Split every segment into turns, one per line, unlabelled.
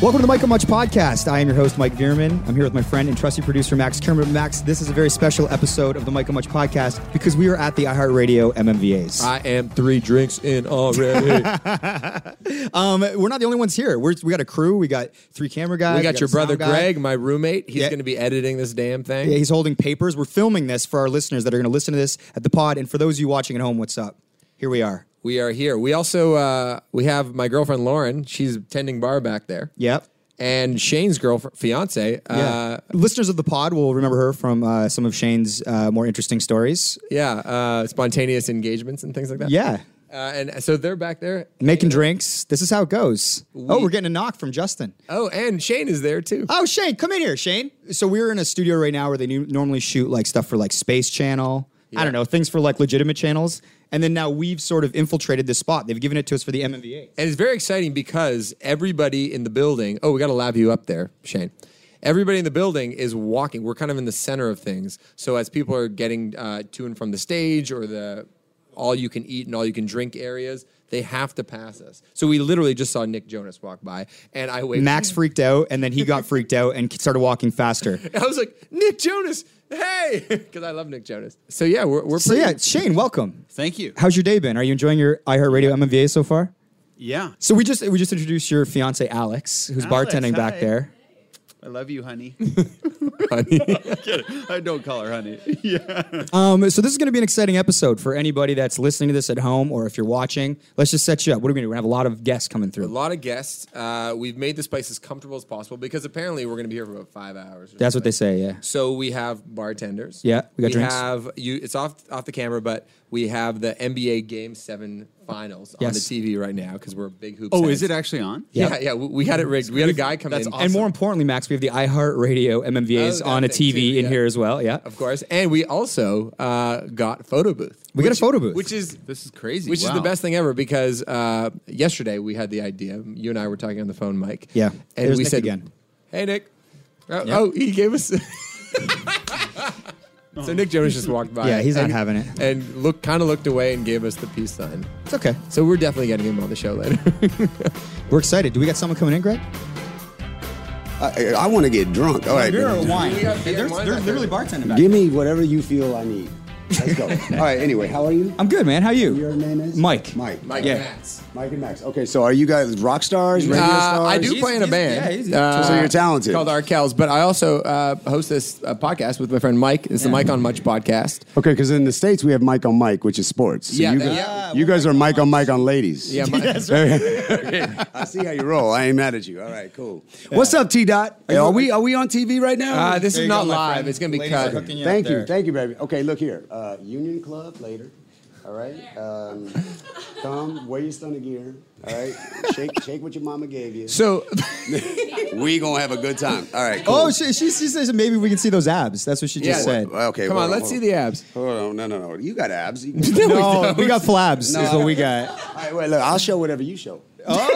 Welcome to the Michael Much Podcast. I am your host, Mike Bierman. I'm here with my friend and trusty producer, Max Kerman. Max, this is a very special episode of the Michael Much Podcast because we are at the iHeartRadio MMVAs.
I am three drinks in already.
Um, we're not the only ones here. We're, we got a crew. We got three camera guys.
we got
a
your brother
sound guy.
Greg, my roommate. He's
Yeah.
going to be editing this damn thing.
Yeah, he's holding papers. We're filming this for our listeners that are going to listen to this at the pod. And for those of you watching at home, what's up? Here we are.
we are here. We also uh, we have my girlfriend Lauren. She's tending bar back there.
Yep.
And Shane's girlfriend, fiance. Yeah. Uh,
Listeners of the pod will remember her from uh, some of Shane's uh, more interesting stories.
yeah. Uh, spontaneous engagements and things like that.
Yeah.
Uh, and so they're back there.
Making drinks. This is how it goes. oh, we're getting a knock from Justin.
Oh, and Shane is there too.
Oh, Shane, come in here, Shane. So we're in a studio right now where they nu- normally shoot like stuff for like Space Channel. I don't know things for like legitimate channels. And then now we've sort of infiltrated this spot. They've given it to us for the MMVA.
And it's very exciting because everybody in the building, oh, we got to lab you up there, Shane. Everybody in the building is walking. We're kind of in the center of things. So as people are getting uh, to and from the stage or the all you can eat and all you can drink areas, they have to pass us. So we literally just saw Nick Jonas walk by, and I waved.
Max freaked out, and then he got freaked out and started walking faster.
I was like, Nick Jonas, hey, because I love Nick Jonas. So yeah, we're, we're
So
pretty-
yeah, Shane, welcome.
Thank you.
How's your day been? Are you enjoying your iHeartRadio MMVA so far?
Yeah.
So we just we just introduced your fiance Alex, who's
Alex,
bartending back
hi.
there.
I love you, honey.
funny.
I don't call her honey.
Um, so this is going to be an exciting episode for anybody that's listening to this at home or if you're watching. Let's just set you up. What are we going to do? We're going to have a lot of guests coming
a
through.
lot of guests. Uh, we've made this place as comfortable as possible because apparently we're going to be here for about five hours. or
That's what
something.
they say. Yeah.
So we have bartenders.
Yeah, we got drinks.
have you. It's off off the camera, but we have the NBA Game Seven Finals
Yes.
on the TV right now because we're big hoops.
Oh,
heads.
is it actually on?
Yeah, yeah. We, we had it rigged. We had a guy come
That's
in,
awesome.
And more importantly, Max, we have the iHeartRadio
Oh,
MMVAs
that
on a
thing
TV
too,
in
yeah.
here as well. Yeah.
of course, and we also uh, got photo booth.
We got a photo booth.
which is
This is crazy.
which is the
Wow.
best thing ever because uh, yesterday we had the idea. You and I were talking on the phone, Mike.
Yeah.
and
There's
we
Nick
said,
again.
"Hey, Nick." Oh, oh, he gave us. so Nick Jonas just walked by.
Yeah, he's not
and-
having it.
And look, kind of looked away and gave us the peace sign.
It's okay.
So we're definitely getting him on the show later.
We're excited. Do we got someone coming in, Greg?
I, I want to get drunk. All right.
Beer or
but-
wine?
We got beer
They're,
and wine
they're
back
literally
there.
bartending back.
Give me whatever you feel I need. Let's go. All right. Anyway, how are you?
I'm good, man. How you?
Your name is
Mike.
Mike.
Mike
Yeah.
Matz.
Mike and Max. Okay, so are you guys rock stars, radio
Uh,
stars?
I do
He's-
play in a
he's-
band.
yeah, he's-
uh,
So you're talented.
Called Arkells, but I also uh, host this uh, podcast with my friend Mike. It's the Mike on Much podcast.
Okay, because in the states we have Mike on Mike, which is sports. So
Yeah,
you,
that-
guys,
yeah.
you guys are Mike on Mike on ladies.
Yeah, Mike.
I see how you roll. I ain't mad at you. All right, cool. What's up, T Dot? Are, we are we on TV right now?
Uh, this
There
is
you go,
not
my
live.
friend.
It's going to be
Ladies are
cut.
hooking you up
thank
there.
you, thank you, baby. Okay, look here. Uh, Union Club later. All right. Um, come wear your stunner gear. All right. Shake shake what your mama gave you.
So
We gonna have a good time. All right. Cool.
Oh, she, she, she says maybe we can see those abs. That's what she just
Yeah.
said.
Well, okay.
come
well,
on, let's
well,
see the abs.
Hold on, no, no, no. You got abs. You-
No, we got flabs
No,
is what we got.
All right, wait, look. I'll show whatever you show.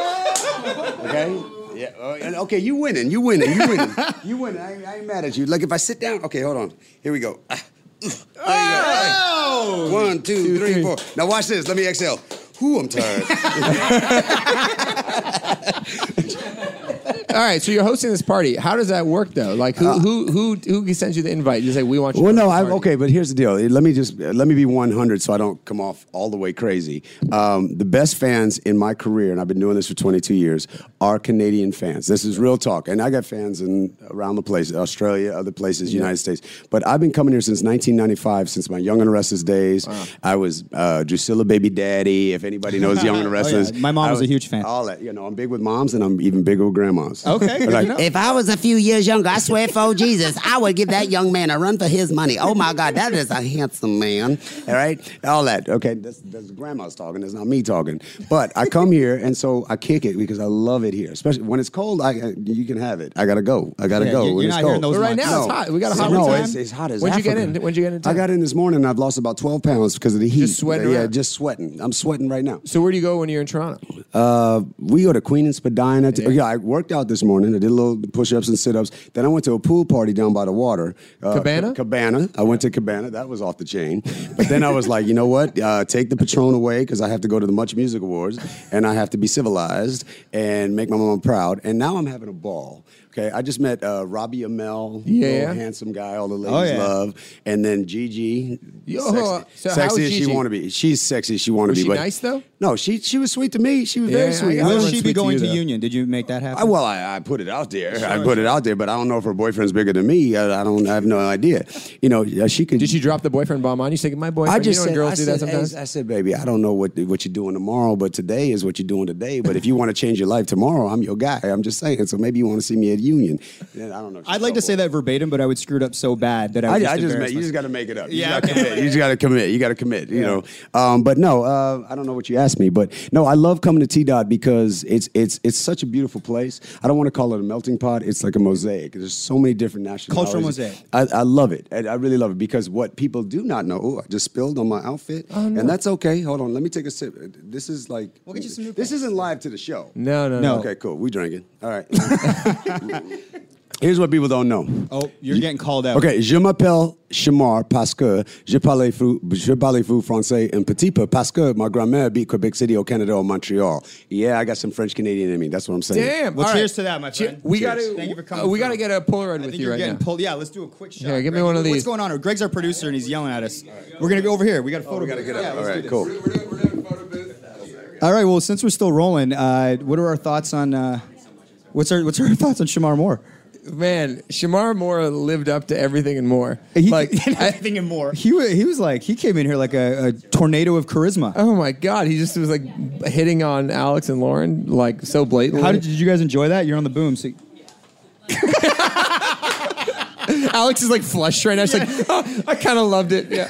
Oh.
okay. Yeah. all right, and- Okay. You winning. You winning. You winning. you winning. I, ain't- I ain't mad at you. Like if I sit down. Okay. Hold on. Here we go. Ah, There you go. All right. One, Oh! two, three, four. Now watch this. Let me exhale. Whoo, I'm tired.
All right, so you're hosting this party. How does that work though? Like who who who who sends you the invite? You say we want you.
Uh, Well,
to
no,
host
I,
the party."
okay, but here's the deal. Let me just let me be 100 so I don't come off all the way crazy. Um, the best fans in my career, and I've been doing this for 22 years, are Canadian fans. This is real talk, and I got fans in around the place, Australia, other places, United States. But I've been coming here since 1995, since my Young and the Restless days. I was uh, Drusilla Baby Daddy. If anybody knows Young and the
Oh, yeah.
Restless,
My mom
I
was a huge fan.
All that, you know, I'm big with moms, and I'm even bigger with grandmas.
Okay, good to
Like,
know.
If I was a few years younger, I swear for Jesus, I would give that young man a run for his money. Oh my God, that is a handsome man.
All right, all that. Okay, that's, that's grandma's talking. That's not me talking. But I come here, and so I kick it because I love it here. Especially when it's cold, I I- you can have it. I gotta go. I gotta
Yeah,
go.
you-
when
you're
it's
not here
cold.
in those
But right now
No.
it's hot. We got a
So
hot
no,
time.
it's- it's hot as
When'd you
Africa.
get in? When'd you get in?
I got in this morning. and I've lost about twelve pounds because of the heat.
sweating
Yeah,
around.
just sweating. I'm sweating right now. Uh,
So where do you go when you're in Toronto?
We go to Queen and Spadina. To, yeah. I worked out this morning. I did a little push ups and sit ups. Then I went to a pool party down by the water. Uh,
Cabana?
Cabana. I went to Cabana. That was off the chain. But then I was like, you know what? Uh, take the Patron away because I have to go to the Much Music Awards and I have to be civilized and make my mom proud. And now I'm having a ball. Okay, I just met uh, Robbie Amell,
Yeah.
little handsome guy, all the ladies
Oh, yeah.
love, and then Gigi,
Yo,
sexy,
so how
sexy
is
as she
Gigi?
want to be. She's sexy as she want to
Was
be.
she
but
nice, though?
No, she she was sweet to me. She was
Yeah,
very
I
sweet.
got
I
Will
Everyone's
was-
she be
with
going
you,
to
though.
union? Did you make that happen?
I- well, I, I put it out there. I put it out there, but I don't know if her boyfriend's bigger than me. I, I don't. I have no idea. You know, uh, she could.
Did she drop the boyfriend bomb on you? She's like, my boyfriend.
I just
you know when
said,
girls
I
do
said,
that sometimes.
"Hey," I said, baby, I don't know what what you're doing tomorrow, but today is what you're doing today. But if you want to change your life tomorrow, I'm your guy. I'm just saying. So maybe you want to see me at Union. Then I don't know. if she
I'd like to
felt
say that verbatim, but I would screw it up so bad that I
I, I
would just
just
embarrass
meant, you
myself.
just got to make it up. You
Yeah,
gotta
okay.
commit. You just got to commit. You got to commit. You know. Um, but no, uh, I don't know what you asked me, but no, I love coming to T Dot because it's it's it's such a beautiful place. I don't want to call it a melting pot. It's like a mosaic. There's so many different nationalities.
Cultural mosaic.
I, I love it. I, I really love it because what people do not know. Oh, I just spilled on my outfit,
Oh,
and that's okay. Hold on, let me take a sip. This is like
We'll get you some new
this
pants.
isn't live to the show.
No, no, no.
No.
Okay, cool. We drinking. All right. Here's what people don't know.
Oh, you're getting called out.
Okay, je m'appelle Shamar parce que je parle, fou, je parle fou français un petit peu parce que ma grand-mère habite Quebec City au Canada or Montreal. Yeah, I got some French Canadian in me. That's what I'm saying.
Damn.
Well,
all
cheers
right.
to that, my
Che-
friend.
We
Cheers.
got to.
Thank you for coming
We
through.
got to get a Polaroid
I
with
think
you
you're
right
getting
now.
pulled. Yeah, let's do a quick shot.
Here, give me
Greg.
one of these.
What's going on? here? Greg's our producer and he's yelling at us. We're gonna go over here. We got a photo.
we gotta get
Yeah,
up.
let's
All
do
right,
this.
cool.
All right. Well, since we're still rolling, uh, what are our thoughts on? Uh, what's our What's our thoughts on Shamar Moore?
Man, Shamar Moore lived up to everything and more.
He-
like, I-
everything and more. He was he was like he came in here like a, a tornado of charisma.
oh my God, he just was like hitting on Alex and Lauren like so blatantly.
How did, did you guys enjoy that? You're on the boom. So
Alex is like flushed right now. She's like, oh, I kind of loved it. Yeah.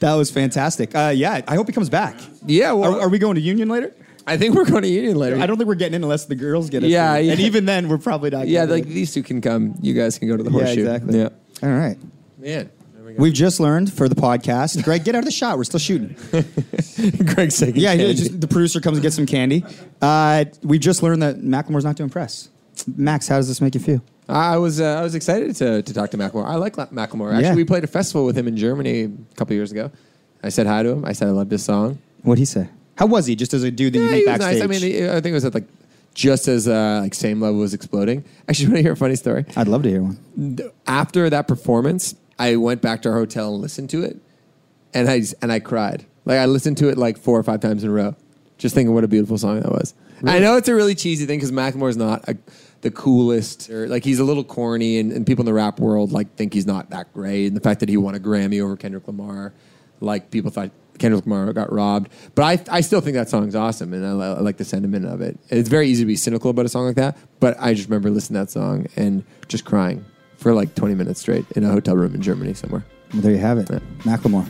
that was fantastic. Uh, yeah, I hope he comes back.
yeah. Well,
Are, are we going to union later?
I think we're going to Union later.
I don't think we're getting in unless the girls get it.
Yeah, yeah.
and even then, we're probably not.
Yeah,
getting
like
in.
these two can come. You guys can go to the
yeah,
horseshoe.
exactly.
Yeah.
All right.
Man.
We've just learned for the podcast. Greg, get out of the shot. We're still shooting.
Greg's taking
Yeah,
candy.
just, the producer comes and gets some candy. Uh, we've just learned that Macklemore's not doing press. Max, how does this make you feel?
I was uh, I was excited to, to talk to Macklemore. I like La- Macklemore. Actually,
Yeah.
we played a festival with him in Germany a couple years ago. I said hi to him. I said I loved his song.
What'd he say? How was he just as a dude that you
Yeah,
meet
he was
backstage?
nice. I mean, he- I think it was at like just as uh, like same level was exploding. Actually, want to hear a funny story?
I'd love to hear one.
After that performance, I went back to our hotel and listened to it, and I and I cried. Like I listened to it like four or five times in a row, just thinking what a beautiful song that was. I know it's a really cheesy thing because Macklemore's not a, the coolest, or like he's a little corny, and, and people in the rap world like think he's not that great. And the fact that he won a Grammy over Kendrick Lamar, like people thought Kendrick Lamar got robbed. But I I still think that song's awesome, and I, li- I like the sentiment of it. It's very easy to be cynical about a song like that, but I just remember listening to that song and just crying for like 20 minutes straight in a hotel room in Germany somewhere.
Well, there you have it,
Yeah.
Macklemore.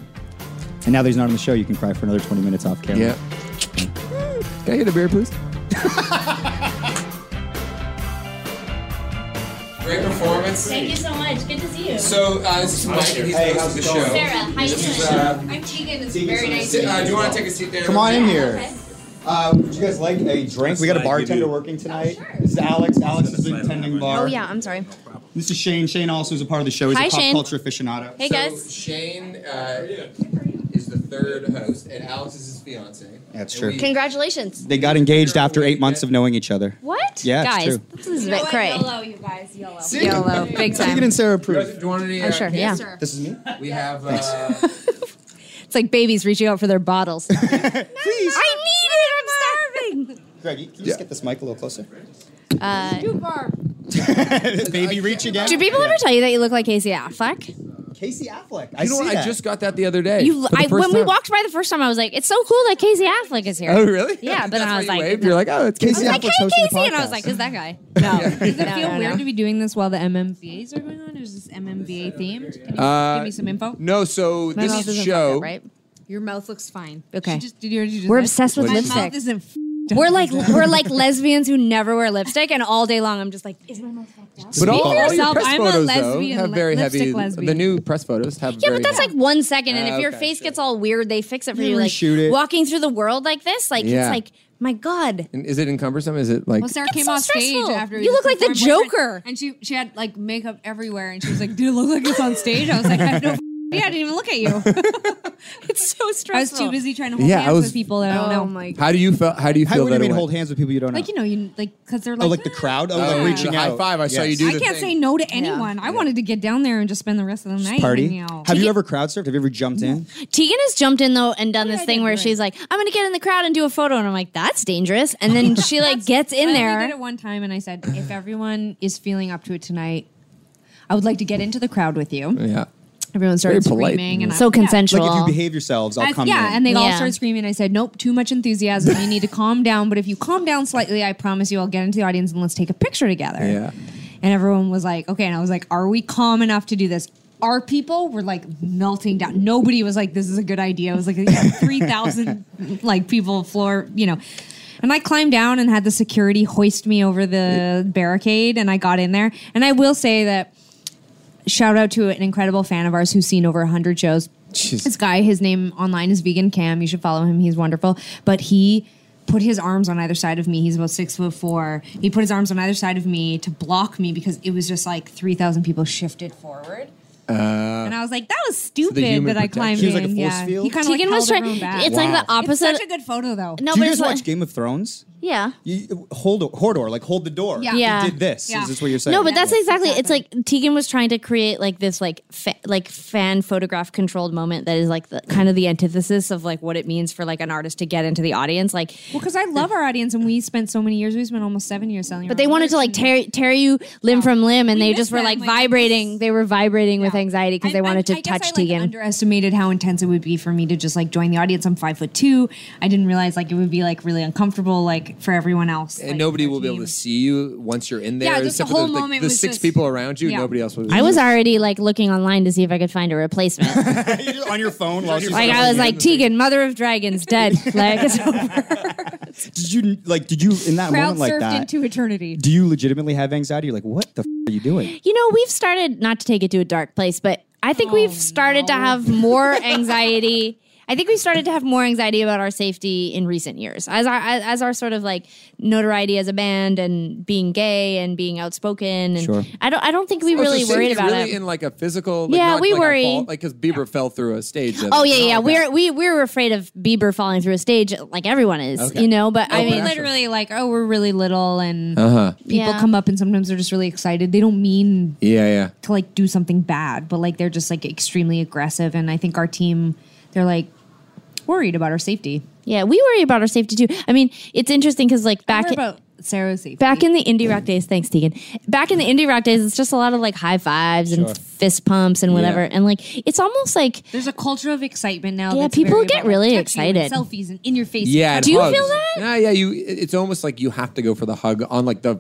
And now that he's not on the show, you can cry for another 20 minutes off camera.
Yeah. Can I get a beer, please? Great performance.
Thank you so much. Good to see you.
So, uh, this is Mike, and he's hosting the show.
Sarah, how you doing?
I'm Tegan. It's very nice to
Sit-
meet
uh,
you.
do you want to take a seat there?
Come on in here.
Okay.
Uh, would you guys like a drink? We got a bartender working
Oh,
tonight. This is Alex. Alex is the attending bar.
Oh yeah, I'm sorry.
This is Shane. Shane also is a part of the show. He's
Hi,
a pop
Shane.
culture aficionado.
Hey
So,
guys.
Shane uh, is the third host, and Alex is his fiance.
That's
And
true.
we-
Congratulations.
They got engaged after eight months of knowing each other.
What?
Yeah, it's
guys,
true.
this is a
You know
bit
what?
crazy.
YOLO, you guys. YOLO.
YOLO, big
Keegan
time.
and Sarah
Do
approve.
you want any? Uh,
Oh sure,
cake?
yeah.
sir.
This is me.
We have. Uh,
It's like babies reaching out for their bottles. I
Please.
need it.
Greg, you- can you
Yeah.
just get this mic a little closer?
I'm starving. Uh,
Too far.
Baby, reach again.
do people ever tell you that you look like Casey Affleck?
Casey Affleck. I
you know
see
what? I
that.
just got that the other day.
You,
for the
I,
first
when we
time.
walked by the first time, I was like, "It's so cool that Casey Affleck is here."
Oh, really?
Yeah, but
That's
then I
why
was
you
like,
waved. you're like, oh, it's Casey.
Casey
I was like,
Affleck's
"Hey,
hosting the
Casey," and I was
podcast.
like, "Is that guy?" No,
Does it
No,
feel
no,
weird
no.
to be doing this while the MMVAs are going on? Or is this MMVA themed? Can you
Uh,
give me some info?
No, so
My mouth
this
isn't fucked
show.
up, right?
Your mouth looks fine.
Okay.
She just, did you already do
We're
this?
obsessed with
My
lipstick.
mouth isn't
We're like we're like lesbians who never wear lipstick, and all day long I'm just like, is my mouth fucked up?
But all, all your
yourself,
press
I'm a
photos though
lesbian,
have very
li-
heavy.
lipstick lesbian.
The new press photos have.
Yeah,
very
but that's like one second, and
Ah,
if your
okay,
face
sure.
gets all weird, they fix it for
You
you. Like
reshoot it.
walking through the world like this, like
Yeah.
it's like my god.
And is it encumbersome? Is it like?
Well, Sarah
It's
came
so
off
stressful.
stage after we
You look like the
performed Boyfriend,
Joker.
and she she had like makeup everywhere, and she was like, "Did it look like it's on stage?" I was like, "I have no f- idea. I didn't even look at you.
It's so
I was
stressful. Oh
too busy trying to hold
Yeah, I
hands
was-
with people that I don't know." My
how do you feel? How do you
How
feel
would you
that?
mean
it
hold
went?
hands with people you don't know?
like you know, you like because they're like
oh, like the crowd? Oh,
Oh,
like
Yeah.
reaching
high
out.
five. I saw you do
I
the
can't
thing.
say no to anyone. I wanted to get down there and just spend the rest of the night
Party.
hanging out.
Have you ever crowd surfed? Have you ever jumped in?
Tegan has jumped in though and
Oh,
done this thing where she's like, I'm gonna get in the crowd and do a photo, and I'm like, that's dangerous. And then she like gets in
I did
there.
it one time, and I said, "If everyone is feeling up to it tonight, I would like to get into the crowd with you."
Yeah.
Everyone started
polite.
screaming, and I-
So
yeah.
consensual.
Like if
Uh,
you behave yourselves, I'll
I-
come
yeah,
in.
and they all
Yeah.
started screaming. I said, "Nope, too much enthusiasm. You need to calm down. But if you calm down slightly, I promise you, I'll get into the audience and let's take a picture together."
Yeah.
And everyone was like, "Okay." And I was like, "Are we calm enough to do this?" Our people were like melting down. Nobody was like, "This is a good idea." It was like three thousand like people floor, you know. And I climbed down and had the security hoist me over the barricade, and I got in there. And I will say that shout out to an incredible fan of ours who's seen over 100 shows.
Jeez.
This guy, his name online is Vegan Cam. You should follow him. He's wonderful. But he put his arms on either side of me. He's about six foot four. He put his arms on either side of me to block me because it was just like 3,000 people shifted forward. and I was like, that was stupid
human
that I climbed
protection- He was like a
in.
force
yeah.
field?
He kind of
Tegan
like
was
held
trying.
everyone back.
It's like the
It's
opposite.
such a good photo though.
no,
Do
but
you
it's
guys watch
like,
Game of Thrones?
yeah.
You, hold Hordor, like hold the door.
Yeah.
He
Yeah.
did this.
Yeah.
Is this what you're saying?
No, but that's
Yeah.
exactly. It's like Tegan was trying to create like this like fa- like fan photograph controlled moment that is like the kind of the antithesis of like what it means for like an artist to get into the audience. Like,
Well, because I love our audience, and we spent so many years. We spent almost seven years selling.
but they wanted to like tear tear you limb from limb, and
We
they
miss
just were
them,
like
like,
vibrating.
this-
They were vibrating with
Yeah.
anxiety because
I-
they wanted to
I, I guess I,
touch
like,
Tegan.
underestimated how intense it would be for me to just like join the audience. I'm five foot two. I didn't realize like it would be like really uncomfortable like for everyone else.
And
like,
nobody
their
will be able
team.
to see you once you're in there.
Yeah, just the
except for
whole
the, like,
moment
the
was
six
just-
people around you,
Yeah.
nobody else was.
I was already like looking online to see if I could find a replacement.
on your phone while she's
Like I was like Tegan, mother of dragons, dead. Like it's over.
did you like did you in that
Crowd
moment like
surfed
that?
into eternity.
do you legitimately have anxiety? You're like, what the f- are you doing?
You know, we've started not to take it to a dark place, but I think
Oh,
we've started to have more anxiety. I think we've started to have more anxiety about our safety in recent years, as our as, as our sort of like notoriety as a band and being gay and being outspoken. And
Sure.
I don't I don't think we
Oh, so
really
so
worried
you're
about
really
it.
in like a physical. Like,
Yeah,
not,
we
like, a
worry.
fall- Like because Bieber fell through a stage. the
Oh
other
yeah,
day.
yeah.
okay.
We're we we were afraid of Bieber falling through a stage, like everyone is,
Okay.
you know. But I
I
mean,
mean, literally, like, oh, we're really little, and
Uh-huh.
people
Yeah.
come up, and sometimes they're just really excited. They don't mean
Yeah, yeah.
to like do something bad, but like they're just like extremely aggressive. And I think our team, they're like worried about our safety.
yeah, we worry about our safety too. I mean, it's interesting because like back
Worry about Sarah's safety.
back in the indie rock days thanks tegan back in the indie rock days it's just a lot of like high fives and fist pumps and whatever
Yeah.
and like it's almost like
There's a culture of excitement now.
Yeah,
that's
people
very
get
about, like,
really
touching and
excited.
selfies and in your face.
Yeah.
and
and
Do you
hugs.
feel that?
Yeah, yeah. You. it- It's almost like you have to go for the hug on like the.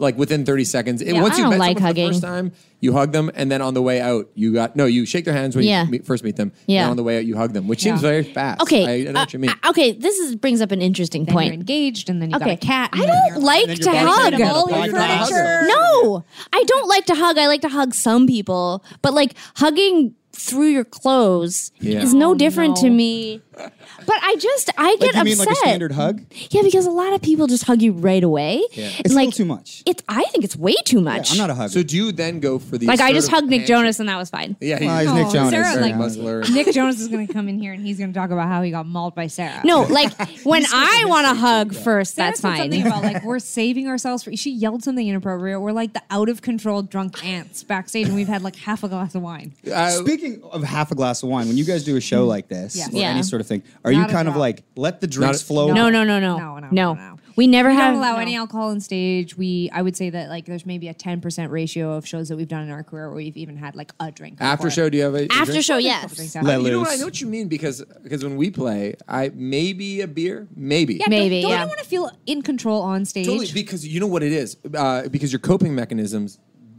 Like within thirty seconds, It-
Yeah,
once
I
you
don't
met
like
someone for the
hugging.
first time, you hug them, and then on the way out, you got no. You shake their hands when
Yeah.
you meet, first meet them.
Yeah.
And on the way out, you hug them, which seems
Yeah.
very fast.
okay
I, I know what you
uh,
mean.
uh, okay this is brings up an interesting
Then you're
point
engaged, and then you got
okay
a cat. and
i
then
don't
you're-
like
And
to
then your body's
hug
made up of
All your
you're not hugging
furniture.
them.
no i don't like to hug i like to hug some people but like hugging through your clothes
Yeah.
is no
Oh,
different
no.
to me but i just i
Like
get
you
upset
mean like a standard hug?
yeah because a lot of people just hug you right away
It's
And, like
still too much.
it's i think it's way too
Yeah,
much
I'm not a hugger.
So do you then go for the
like i just
assertive
hugged nick
handshake?
jonas and that was fine
Yeah,
Well, he's
Oh,
Nick Jonas.
Sarah,
very
like-
muscular.
Nick Jonas is going to come in here and he's going to talk about how he got mauled by Sarah.
No, like when I want to hug first,
Sarah
that's
said Something
fine.
about like we're saving ourselves for. She yelled something inappropriate. We're like the out of control drunk ants backstage, and we've had like half a glass of wine.
Uh,
Speaking of half a glass of wine, when you guys do a show like this
Yeah.
or
Mm. Yeah.
any sort of thing, are
Not
you
a
kind of
drop.
like let the drinks
a-
flow?
No, no, no, no,
No, no, no, no.
We never
We
have
don't allow any alcohol on stage. We, I would say that like there's maybe a 10% ratio of shows that we've done in our career where we've even had like a drink.
after
before.
show, do you have a a
after
drink?
show.
Couple drinks
Yes,
after.
Let
You know what?
loose.
I know what you mean because because when we play, I maybe a beer, maybe.
Yeah,
Maybe,
Don't, don't
yeah.
you want to feel in control on stage?
Totally, because you know what it is. Uh, because your coping mechanisms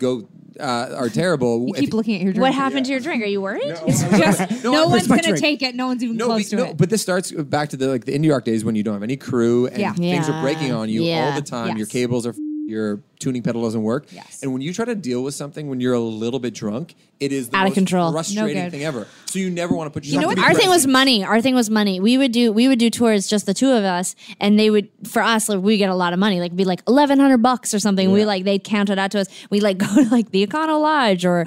go uh, are terrible.
You
if-
keep looking at your drink.
What happened to your drink? Are you worried?
It's just no,
No, it's
one's
my
gonna
drink.
take it. No one's even
no,
close
be-
to
no,
it.
but this starts back to the like the indie rock days when you don't have any crew and
Yeah.
things
Yeah.
are breaking on you all
Yeah.
the time. Your
Yes.
cables are f- your tuning pedal doesn't work.
Yes.
And when you try to deal with something when you're a little bit drunk, it is the
Out of
most
control. No
frustrating
good.
thing ever. So you never want to put yourself.
know
in
what?
that
Our thing was
position.
money. Our thing was money. We would do we would do tours just the two of us, and they would for us like we get a lot of money. Like it'd be like eleven hundred bucks or something. We like they'd count it out to us. We like go to like the Econo Lodge or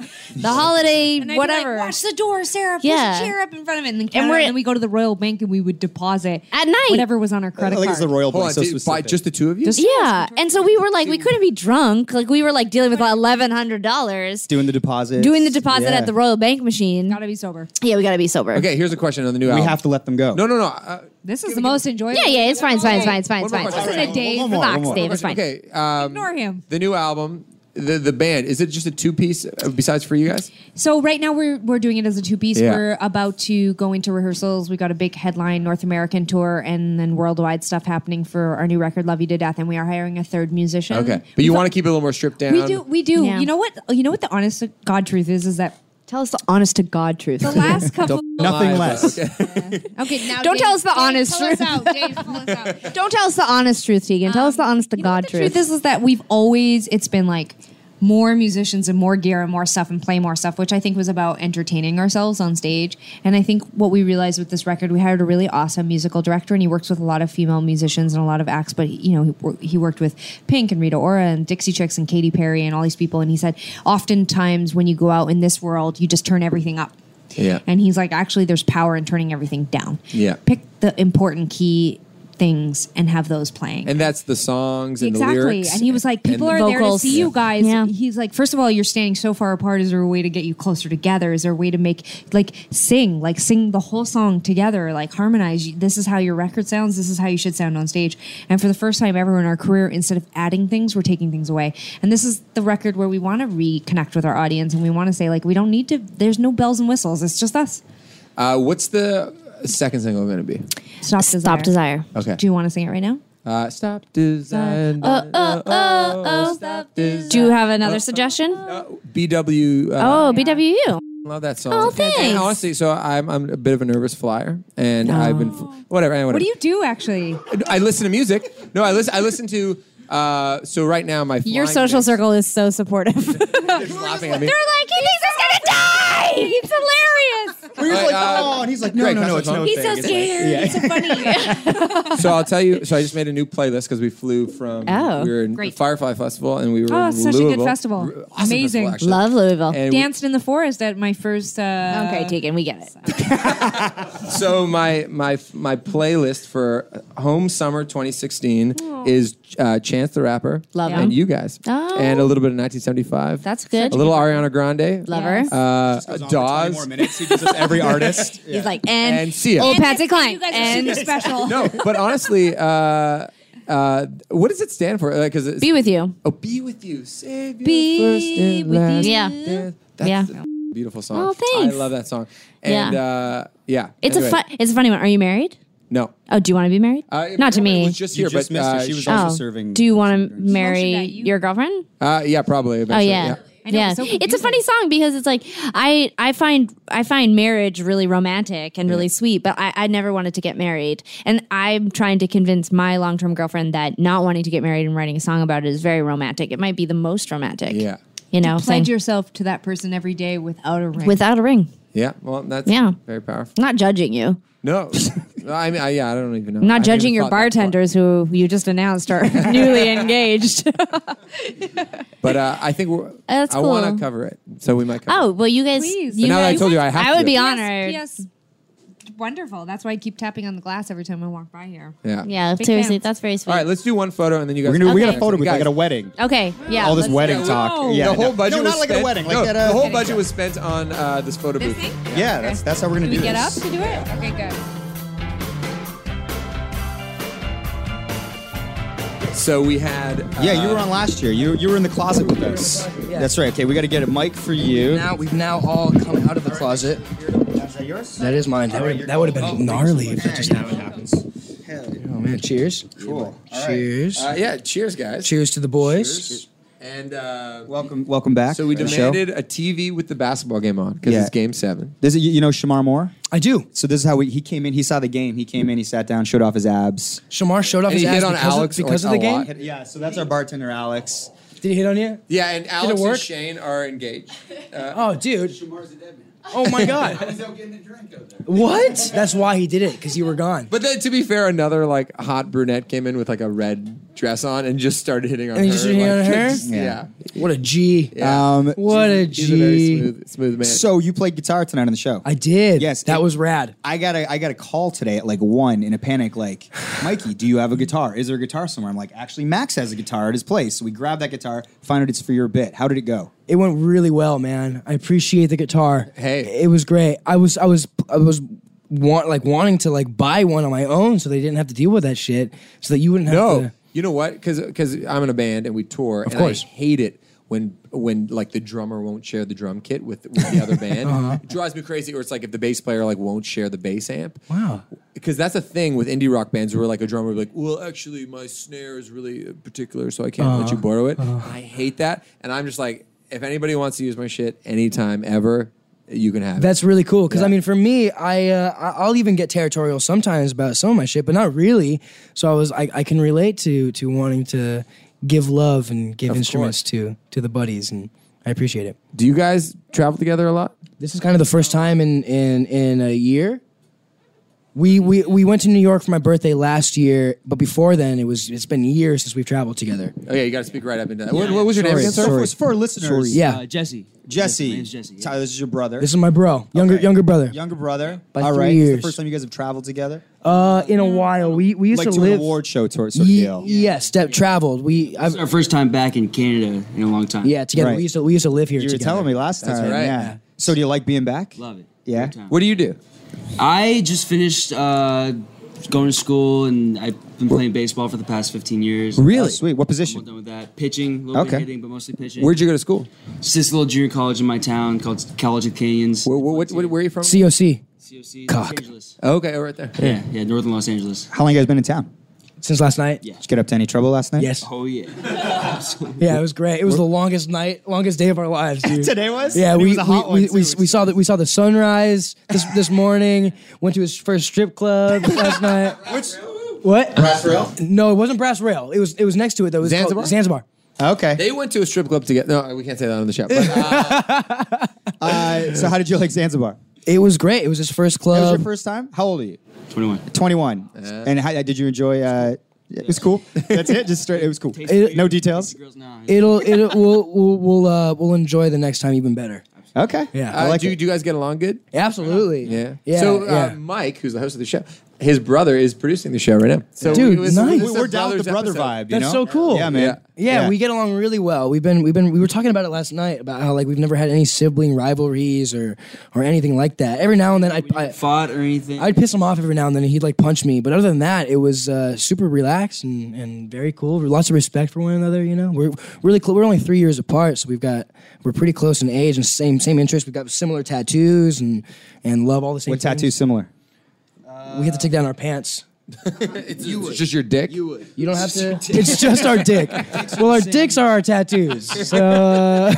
the Holiday
And I'd be like,
whatever.
Watch the door, Sarah. Push
Yeah.
a chair up in front of it, and then, count it,
we're-
and then we go to the Royal Bank and we would deposit
At night.
whatever was on our credit
I think
card.
it's the royal
Hold
Blood,
on,
so
did- by
specific.
just the two of you.
Just-
yeah, and so we were like we couldn't be drunk. Like we were like dealing with eleven hundred dollars.
doing the deposit.
Doing the deposit at the Royal Bank machine.
Gotta be sober.
Yeah, we gotta be sober.
okay, here's a question on the new
We
album.
have to let them go.
No, no, no. Uh,
This is the most enjoyable.
Yeah, yeah, it's fine, it's fine, it's fine, it's fine, it's
One more
fine. It's
question.
fine.
Alright, Dave.
one more,
Relax,
one more.
Dave. It's fine.
okay. Um,
Ignore him.
The new album, the the band. Is it just a two piece uh, besides for you guys?
So right now we're we're doing it as a two piece.
Yeah.
We're about to go into rehearsals. We got a big headline North American tour and then worldwide stuff happening for our new record Love You to Death and we are hiring a third musician.
Okay, but you want to keep it a little more stripped down.
We do we do.
Yeah.
You know what you know what the honest to god truth is is that
Tell us the honest to God truth.
the last couple
Nothing less.
Okay, now
Don't
Dave,
tell us the
Dave,
honest
pull us
truth.
out, Dave, pull us out. Um,
Don't tell us the honest truth, Tegan. Tell us the honest to
You know what
God
the truth is, is that we've always it's been like more musicians and more gear and more stuff and play more stuff, which I think was about entertaining ourselves on stage. And I think what we realized with this record, we hired a really awesome musical director, and he works with a lot of female musicians and a lot of acts. But you know, he, wor- he worked with Pink and Rita Ora and Dixie Chicks and Katy Perry and all these people. And he said, oftentimes when you go out in this world, you just turn everything up.
Yeah.
And he's like, actually, there's power in turning everything down.
Yeah.
Pick the important key things and have those playing
And that's the songs and
exactly.
the lyrics.
And he was like, people are there to
vocals.
see
Yeah.
you guys.
Yeah.
He's like, first of all, you're standing so far apart. Is there a way to get you closer together? Is there a way to make like sing, like sing the whole song together, like harmonize? You- This is how your record sounds. This is how you should sound on stage. And for the first time ever in our career, instead of adding things, we're taking things away. And this is the record where we want to reconnect with our audience and we want to say like, we don't need to. There's no bells and whistles. It's just us.
uh, what's the second single going to be?
Stop desire.
Stop desire.
Okay.
Do you want to sing it right now?
Uh, stop design.
Uh,
Oh, oh, oh, Stop design.
Do you have another suggestion?
BW. Uh,
Oh, BWU.
Love that song.
Oh, thanks.
And honestly, so I'm, I'm a bit of a nervous flyer, and I've been whatever. eh, whatever.
What do you do actually?
I listen to music. No, I listen. I listen to. Uh, so right now, my
Your
flying
social
mix-
circle is so supportive. They're like,
They're laughing at me.
he's just gonna die. It's hilarious.
We were just
Uh,
like,
uh,
oh, and he's like, no,
Greg,
no, no,
pass
it's
the
no
phone.
thing.
He's so
It's like-
scared. He's so funny.
so I'll tell you. So I just made a new playlist because we flew from.
Oh,
we were in
great.
Firefly Festival, and we were.
Oh,
in
it's such a good
Louisville.
festival.
R- awesome festival,
Amazing.
actually.
Love Louisville.
And we-
Danced in the forest at my first. Uh,
okay, Tegan, we get it.
so my my my playlist for home summer 2016 is uh, Chance the Rapper,
Love
and
him.
you guys,
Oh.
and a little bit of 1975.
That's good.
A little Ariana Grande,
Lover.
Yes.
uh,
Goes on for 20 more
Dawes,
minutes. He gives us every artist.
He's like, and,
and Sia.
old Patsy Cline.
You guys
and
are super special.
no, but honestly, uh, uh, what does it stand for? Like, 'cause it's-
be with you.
Oh, be with you. Save your
Be
first and
with
last.
you. Yeah.
dance. That's
Yeah.
a beautiful song.
Oh, thanks.
I love that song. And
Yeah.
uh, yeah.
It's
Anyway,
a fun. It's a funny one. Are you married?
No.
Oh, do you want to be married?
Uh,
Not to
It
me.
was just
You
here,
just
but
missed her.
uh,
She was
oh,
also serving-
do you want to
serving
marry
Motion at you.
your girlfriend?
Uh, yeah, probably.
Oh
Eventually.
yeah.
I know,
yeah,
it's so
it's a funny
confusing.
song because it's like I I find I find marriage really romantic and really sweet, but I, I never wanted to get married, and I'm trying to convince my long term girlfriend that not wanting to get married and writing a song about it is very romantic. It might be the most romantic.
Yeah.
you know, saying,
Pledge yourself to that person every day without a ring.
without a ring,
Yeah. Well, that's
Yeah.
very powerful.
not judging you,
No. I mean, I, yeah, I don't even know.
I'm
I
not
haven't
judging
even
your
thought that far.
bartenders who you just announced are newly engaged.
But uh, I think we're,
that's
I want
cool.
to cover it. So we might cover
oh well, you guys.
Please.
You
But now that I
guys-
told you, I have
I would
to.
be
Yes,
honored.
P.S. Wonderful. That's why I keep tapping on the glass every time I walk by here.
it. Yeah.
Oh. Yeah,
Big
seriously,
fans.
that's very sweet.
All right, let's do one photo and then you guys.
We're gonna, do We got
Okay.
a photo booth.
Guys,
I got a wedding.
okay, yeah.
All this
let's-
wedding talk. Yeah,
the whole budget
No, not
was
like at a
spent-
wedding. Like
no,
at
the
a
whole budget was spent on uh, this photo
This
booth.
thing?
Yeah, that's that's how we're gonna
Do we
do
get up
this.
to do it? Okay, good.
So we had. Uh,
Yeah, you were on last year. You you were in the closet with us. That's right. Okay, we got to get a mic for you.
Now we've now all come out of the closet.
Is that yours?
That is mine. Oh, That would that would have been gnarly if it just happened. Happens. Oh man! Cheers.
Cool.
Cheers.
Uh, yeah, cheers, guys.
Cheers to the boys.
And uh,
Welcome, welcome back.
so we
to the show.
demanded a TV with the basketball game on because
Yeah.
it's game seven.
This is you know Shamar Moore.
I do.
So this is how we, he came in. He saw the game. He came in. He sat down. Showed off his abs.
Shamar showed off
And
his
he hit
ass
on
because,
Alex,
of, because of
like,
the
a
game.
lot.
Yeah. So that's our bartender Alex.
Did he hit on you?
Yeah, and Alex and
work?
Shane are engaged. Uh,
Oh, dude.
Shamar's a dead man.
Oh my God.
He's out getting a drink out there.
what? That's why he did it because you were gone.
But then, to be fair, another like hot brunette came in with like a red dress on and just started hitting on
And
her.
he just hitting
like,
on her?
just- yeah.
what a G.
Yeah.
Um,
What a
He's a very
G.
smooth, smooth man.
so you played guitar tonight on the show.
I did.
Yes,
That
it-
was rad.
I got a I got a call today at like one in a panic, like, Mikey, do you have a guitar? Is there a guitar somewhere? I'm like, actually, Max has a guitar at his place. So we grabbed that guitar, find out it's for your bit. How did it go?
It went really well, man. I appreciate the guitar.
Hey.
it was great. I was, I was, I was want like wanting to like buy one on my own, so they didn't have to deal with that shit, so that you wouldn't have
No,
to.
you know what? Because I'm in a band and we tour. and
course.
I hate it when when like the drummer won't share the drum kit with, with the other band.
Uh-huh.
It drives me crazy. Or it's like if the bass player like won't share the bass amp.
Wow.
Because that's a thing with indie rock bands where like a drummer will be like, well, actually my snare is really uh, particular, so I can't let
Uh-huh.
you borrow it. I hate that, and I'm just like, if anybody wants to use my shit anytime ever, you can have it.
That's really cool because I mean, for me, I uh, I- I'll even get territorial sometimes about some of my shit, but not really. So I was I, I can relate to to wanting to give love and give instruments to to the buddies, and I appreciate it.
Do you guys travel together a lot?
This is kind of the first time in in in a year. We we we went to New York for my birthday last year, but before then it was it's been years since we've traveled together.
Oh yeah, you got to speak right up into that. what, what was your name again, sir?
So for, for our listeners, uh,
Yeah,
Jesse.
Jesse,
Jesse.
Tyler, this is your brother.
this is my bro, younger
Okay.
younger brother.
Younger brother.
By
All
three
right. This is
years.
the first time you guys have traveled together?
Uh, in a while, we we used
like
to
to an
live.
award show tour sort of
Ye-
deal.
yeah, step traveled. We I've,
It's our first time back in Canada in a long time.
yeah together.
Right.
We used to we used to live here.
You were
together.
telling me last time.
That's right.
Yeah. So do you like being back?
Love it.
Yeah.
Good time.
What do you do?
I just finished uh, going to school and I've been playing baseball for the past 15 years.
Oh, sweet. What
I'm all
position?
done with that. Pitching, a little
Okay.
bit hitting, but mostly pitching.
Where'd you go to school?
It's this little junior college in my town called College of Canyons.
Where, where, what, what, where are you from?
COC
COC,
Cock.
Los Angeles.
Okay, right there.
Yeah, yeah, northern Los Angeles.
How long you guys been in town?
since last night.
Yeah.
Did you get up to any trouble last night?
Yes.
Oh yeah, absolutely.
Yeah, it was great. It was the longest night, longest day of our lives. Dude.
Today was?
Yeah,
And it
we
was a
we,
hot one,
we, we,
too.
we saw that we saw the sunrise this this morning. Went to his first strip club last night. Which what? Brass rail? No, it wasn't brass rail. It was it was next to it though. It was called
Zanzibar?
Zanzibar.
Okay.
They went to a strip club together. No, we can't say that on the show. But, uh,
Uh, so how did you like Zanzibar?
It was great. It was his first
That was
club.
your first time? How old are you?
Twenty-one.
21. and how, did you enjoy? Uh, It was cool. That's it. Just straight. It was cool.
Tasty
no
beer,
details.
tasty Girls now.
it'll it'll we'll we'll we'll, uh, we'll enjoy the next time even better.
Okay.
Yeah.
I
uh,
like
do,
it.
do you guys get along good?
Absolutely. Yeah.
So uh,
yeah.
Mike, who's the host of the show, his brother is producing the show right now. So
Dude, nice.
We-
It's
We're down with the brother vibe. You
That's so
know?
cool.
Yeah, man.
Yeah, we get along really well. We've been we've been we were talking about it last night about how like we've never had any sibling rivalries or or anything like that. Every now and then I, I
Fought or anything?
I'd piss him off every now and then and he'd like punch me, but other than that, it was uh, super relaxed and, and very cool. Lots of respect for one another, you know. We're really close. We're only 3 years apart, so we've got we're pretty close in age and same same interests. We've got similar tattoos and and love all the same
What
things.
tattoo similar?
We have to take down our pants.
it's, it's just your dick. You would.
You don't have to. It's just our dick. well, our dicks are our tattoos. So uh,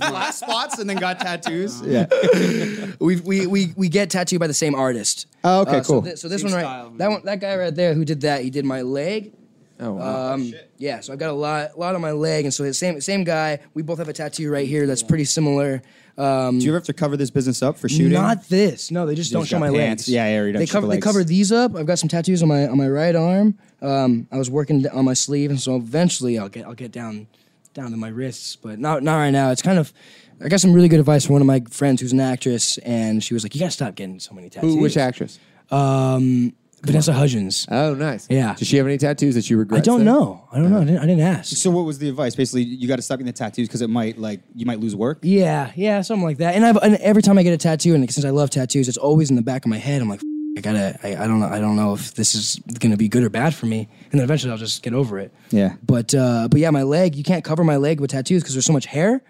Last spots and then got tattoos. yeah.
Uh-huh. we we we we get tattooed by the same artist.
Oh, okay,
Uh, so
cool.
thi- so this
Same
one right,
style.
that one, that guy right there who did that, he did my leg.
Oh, wow.
Um, yeah, so I've got a lot, lot on my leg, and so the same, same guy. We both have a tattoo right here that's pretty similar. Um,
Do you ever have to cover this business up for shooting?
Not this. No, they just don't
just
show
got
my
pants.
legs.
Yeah, yeah, you don't
they
show the
cover they
legs.
cover these up. I've got some tattoos on my on my right arm. Um, I was working on my sleeve, and so eventually I'll get I'll get down down to my wrists, but not not right now. It's kind of I got some really good advice from one of my friends who's an actress, and she was like, "You gotta stop getting so many tattoos."
Who, which actress?
Um, Vanessa Hudgens.
Oh, nice.
Yeah.
Does she have any tattoos that you regret?
I don't know. I don't know. I didn't, I didn't ask.
So what was the advice? Basically, you got to stop getting the tattoos because it might like you might lose work.
Yeah, yeah, something like that. And I've and every time I get a tattoo, and since I love tattoos, it's always in the back of my head. I'm like, "F- I gotta, I, I don't know, I don't know if this is gonna be good or bad for me. And then eventually, I'll just get over it.
Yeah.
But uh, but yeah, my leg. You can't cover my leg with tattoos because there's so much hair.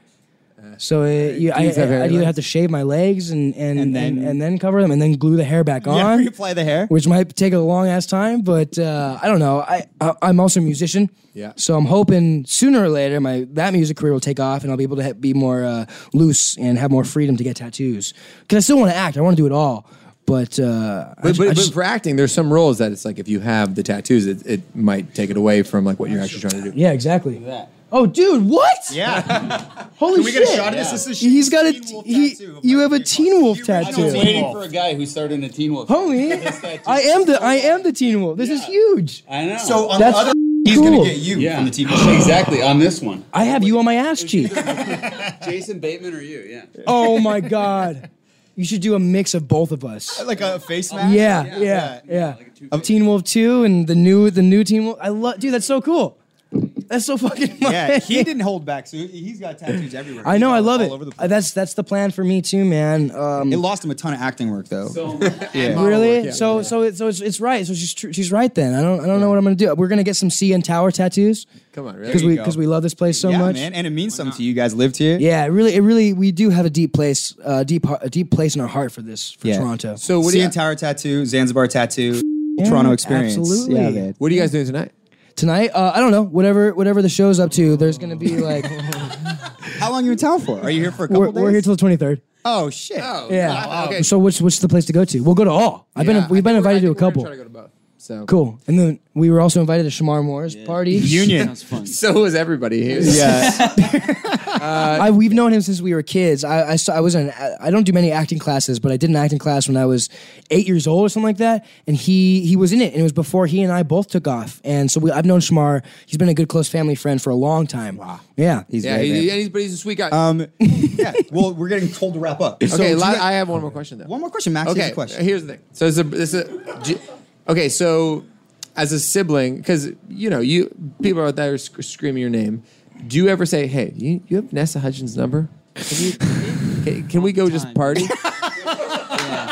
So it, you, I,
Kids have hair
I'd either
legs.
have to shave my legs and and,
And
and,
then-
then, and, then cover them and then glue the hair back
Yeah,
on.
reapply the hair.
which might take a long ass time. But uh, I don't know. I, I I'm also a musician.
Yeah.
So I'm hoping sooner or later my that music career will take off and I'll be able to ha- be more uh, loose and have more freedom to get tattoos because I still want to act. I want to do it all. But uh, I
But,
ju- I
but,
just-
but for acting, there's some roles that it's like if you have the tattoos, it, it might take it away from like what you're actually trying to do.
yeah, exactly. Oh, dude, what?
Yeah.
Holy
Can we
shit!
get a shot of this? This is
He's got a
Teen Wolf
he.
tattoo.
You have a Teen Wolf
original
tattoo.
Teen Wolf.
Waiting for a guy who starred in a Teen Wolf.
Homie, I am the I am the Teen Wolf. This is huge.
I know.
So on
That's
the other,
f***ing
he's gonna
cool.
get you
yeah,
from the TV show.
exactly on this one,
I have you on my ass cheek.
Jason Bateman or you? Yeah.
oh my god! You should do a mix of both of us.
Like a face mask.
Yeah, yeah, yeah. Of Teen Wolf Two and the new the new Teen Wolf. I love, dude. That's so cool. That's so fucking. funny.
Yeah, he didn't hold back, so he's got tattoos everywhere.
I
He's
know.
all-
I love
all
it.
over the place.
Uh, That's that's the plan for me too, man. Um,
It lost him a ton of acting work, though.
So
really? So so it, so it's, it's right. So she's tr- she's right then. I don't I don't know what I'm gonna do. We're gonna get some CN Tower tattoos
Come on,
because
really?
we
go.
because we love this place so
yeah,
much.
man, and it means something to you. You guys lived here.
Yeah, it really, it really, we do have a deep place, uh, deep, heart- a deep place in our heart for this, for
Yeah.
Toronto.
So what do
Sea
you
and Tower tattoo, Zanzibar tattoo, Toronto experience.
absolutely.
Yeah, man.
what are you guys doing tonight?
tonight, uh, I don't know, whatever, whatever the show's up to, there's gonna be like,
How long you in town for? Are you here for a couple
we're,
days?
we're here till the 23rd.
oh shit.
Yeah.
okay.
So what's what's the place to go to? We'll go to all. I've
Yeah, I
been we've been
think we're- I
invited to a
think we're gonna
couple.
try to go to both. So
Cool. And then we were also invited to Shamar Moore's party.
Union.
that's fun.
So was everybody here.
yeah.
Uh, I, we've known him since we were kids. I I, saw, I was in I don't do many acting classes, but I did an acting class when I was eight years old or something like that. And he he was in it, and it was before he and I both took off. And so we, I've known Shamar. He's been a good close family friend for a long time. Wow. Yeah. He's
Yeah,
great,
he,
man.
and he's, but he's a sweet guy.
Um, yeah. Well, we're getting told to wrap up. So do
okay,
you
la-
guys-
I have one more question though.
one more question, Max.
Okay,
Here's a question.
here's the thing. So it's a, this is a, do- okay. So as a sibling, because you know you people out there sc- screaming your name. Do you ever say, "Hey, you, you have Nessa Hudgens' number? Can, you, can, can we go just
time.
party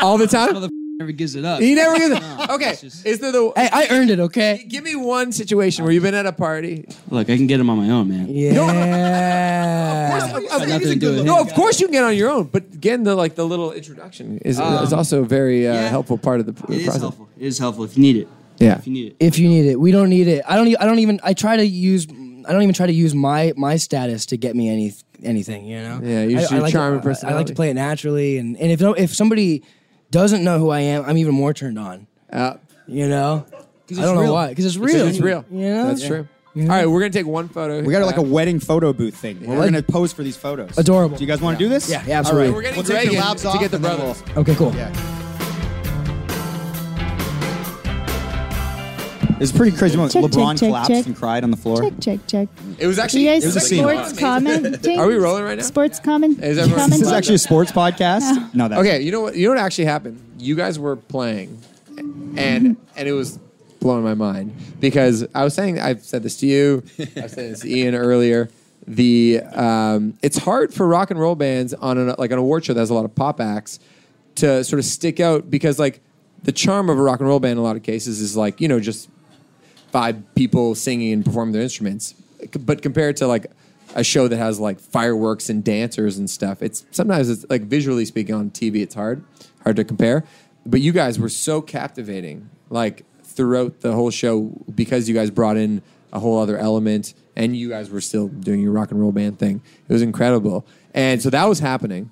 all the time?"
Mother never gives it up.
He never gets. okay,
it's just-
is there the?
Hey, I earned it. Okay.
give me one situation where you've been at a party.
Look, I can get him on my own, man.
Yeah.
Of-
nothing to do with
no,
him.
of course you can get on your own, but again, the like the little introduction is, is also a very uh,
Um, yeah.
helpful part of the
It
p-
is
process.
helpful. It is helpful if you need it.
Yeah.
If you need it.
if you need it. We don't need it. I don't. e- I don't even. I try to use. I don't even try to use my my status to get me any anything. You know.
Yeah, you
I-
just-
I
your
like
charm and
to, I- I like
personality.
to play it naturally, and and if no, if somebody doesn't know who I am, I'm even more turned on.
Uh,
You know. I don't know
real.
why. Because it's real.
Because It's real.
You know.
That's true. All right, we're gonna take one photo.
we got like a
Uh,
wedding photo booth thing. Where we're
Ad-
gonna pose for these photos.
Adorable.
Do you guys want to do this?
Yeah, yeah, absolutely.
All
We're getting
we'll take the
Reagan
labs
to
off
get the
and then
brothers.
we'll-
Okay. Cool.
It's pretty crazy moment.
Check, check,
LeBron
check,
collapsed
check.
and cried on the floor.
Check, check, check.
it was
Do
actually.
you guys
It was a scene.
sports commenting?
Are we rolling right now?
Sports comment?
Is everyone-
This is
Fun.
actually a sports podcast. No, that's
Okay, you know what? You know what actually happened? You guys were playing, and and it was blowing my mind because I was saying I've said this to you, I've said this to Ian earlier. The um, it's hard for rock and roll bands on an, like an award show that has a lot of pop acts to sort of stick out because like the charm of a rock and roll band in a lot of cases is like you know just five people singing and performing their instruments. But compared to like a show that has like fireworks and dancers and stuff, it's sometimes it's like visually speaking on TV, it's hard, hard to compare. But you guys were so captivating, like throughout the whole show, because you guys brought in a whole other element, and you guys were still doing your rock and roll band thing. It was incredible, and so that was happening.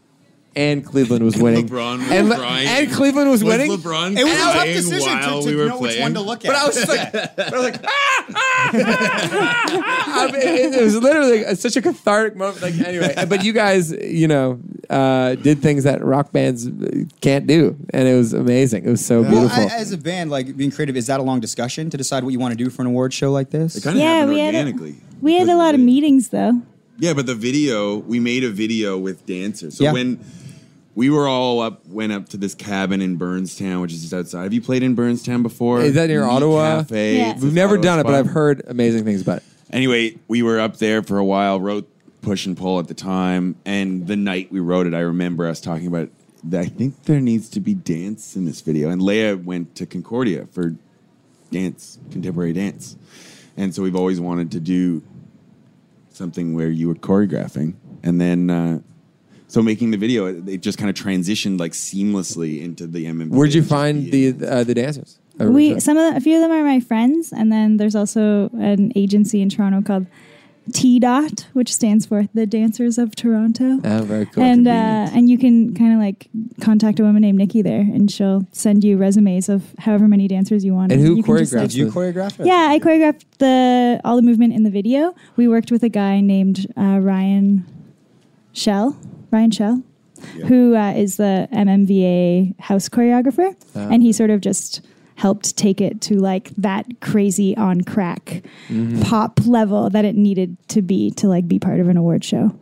And Cleveland was winning.
LeBron was
and,
crying.
and Cleveland was, winning.
LeBron
And I was-
playing while we were playing?
look at.
but I was just like, but I was like, ah, ah, ah. I mean, it, it was literally a- such a cathartic moment. Like anyway, but you guys, you know, uh, did things that rock bands uh, can't do, and it was amazing. It was so
well,
beautiful.
I, as a band, like being creative, is that a long discussion to decide what you want to do for an award show like this?
Kind of
Yeah,
happened
we had a-
organically.
We had a lot of
meat.
meetings though.
Yeah, but the video we made a video with dancers. So
Yeah.
when we were all up, went up to this cabin in Burnstown, which is just outside. Have you played in Burnstown before?
Is that near
Meat
Ottawa?
Cafe.
Yeah.
It's
We've
this
never
Ottawa
done it, but
spot.
I've heard amazing things about it.
Anyway, we were up there for a while, wrote Push and Pull at the time, and the night we wrote it, I remember us talking about that I think there needs to be dance in this video. And Leah went to Concordia for dance, contemporary dance. And so we've always wanted to do something where you were choreographing, and then uh, so making the video, it, it just kind of transitioned like seamlessly into the MMA.
Where'd you find the uh, the dancers? Or-
We some of the, a few of them are my friends, and then there's also an agency in Toronto called T Dot, which stands for the Dancers of Toronto.
Ah, very cool.
And uh, and you can kind of like contact a woman named Nikki there, and she'll send you resumes of however many dancers you want.
And who
you can just,
choreographed?
like-
You choreographed?
Yeah, I choreographed the all the movement in the video. We worked with a guy named uh, Ryan Shell, Ryan Shell, who uh, is the MMVA house choreographer,
Ah.
and he sort of just helped take it to like that crazy on crack
Mm-hmm.
Mhm.
pop level that it needed to be to like be part of an award show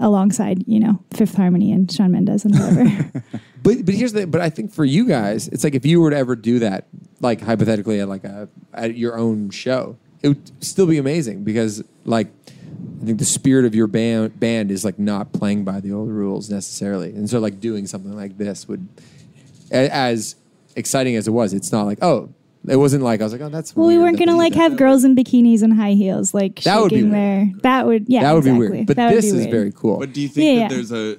alongside you know fifth harmony and sean mendes and whoever
But but here's the but I think for you guys, it's like if you were to ever do that, like hypothetically at like a at your own show, it would still be amazing because like I think the spirit of your band band is like not playing by the old rules necessarily, and so like doing something like this would a- as exciting as it was. It's not like oh, it wasn't like I was like oh that's
well we
weird
weren't
that
gonna
they
like
did
have girls in bikinis and high heels like
That would be
shaking
weird.
their that would yeah
That would be weird.
exactly.
But
That would
this
be
is
weird.
very cool.
But do you think
Yeah,
that
yeah.
there's a?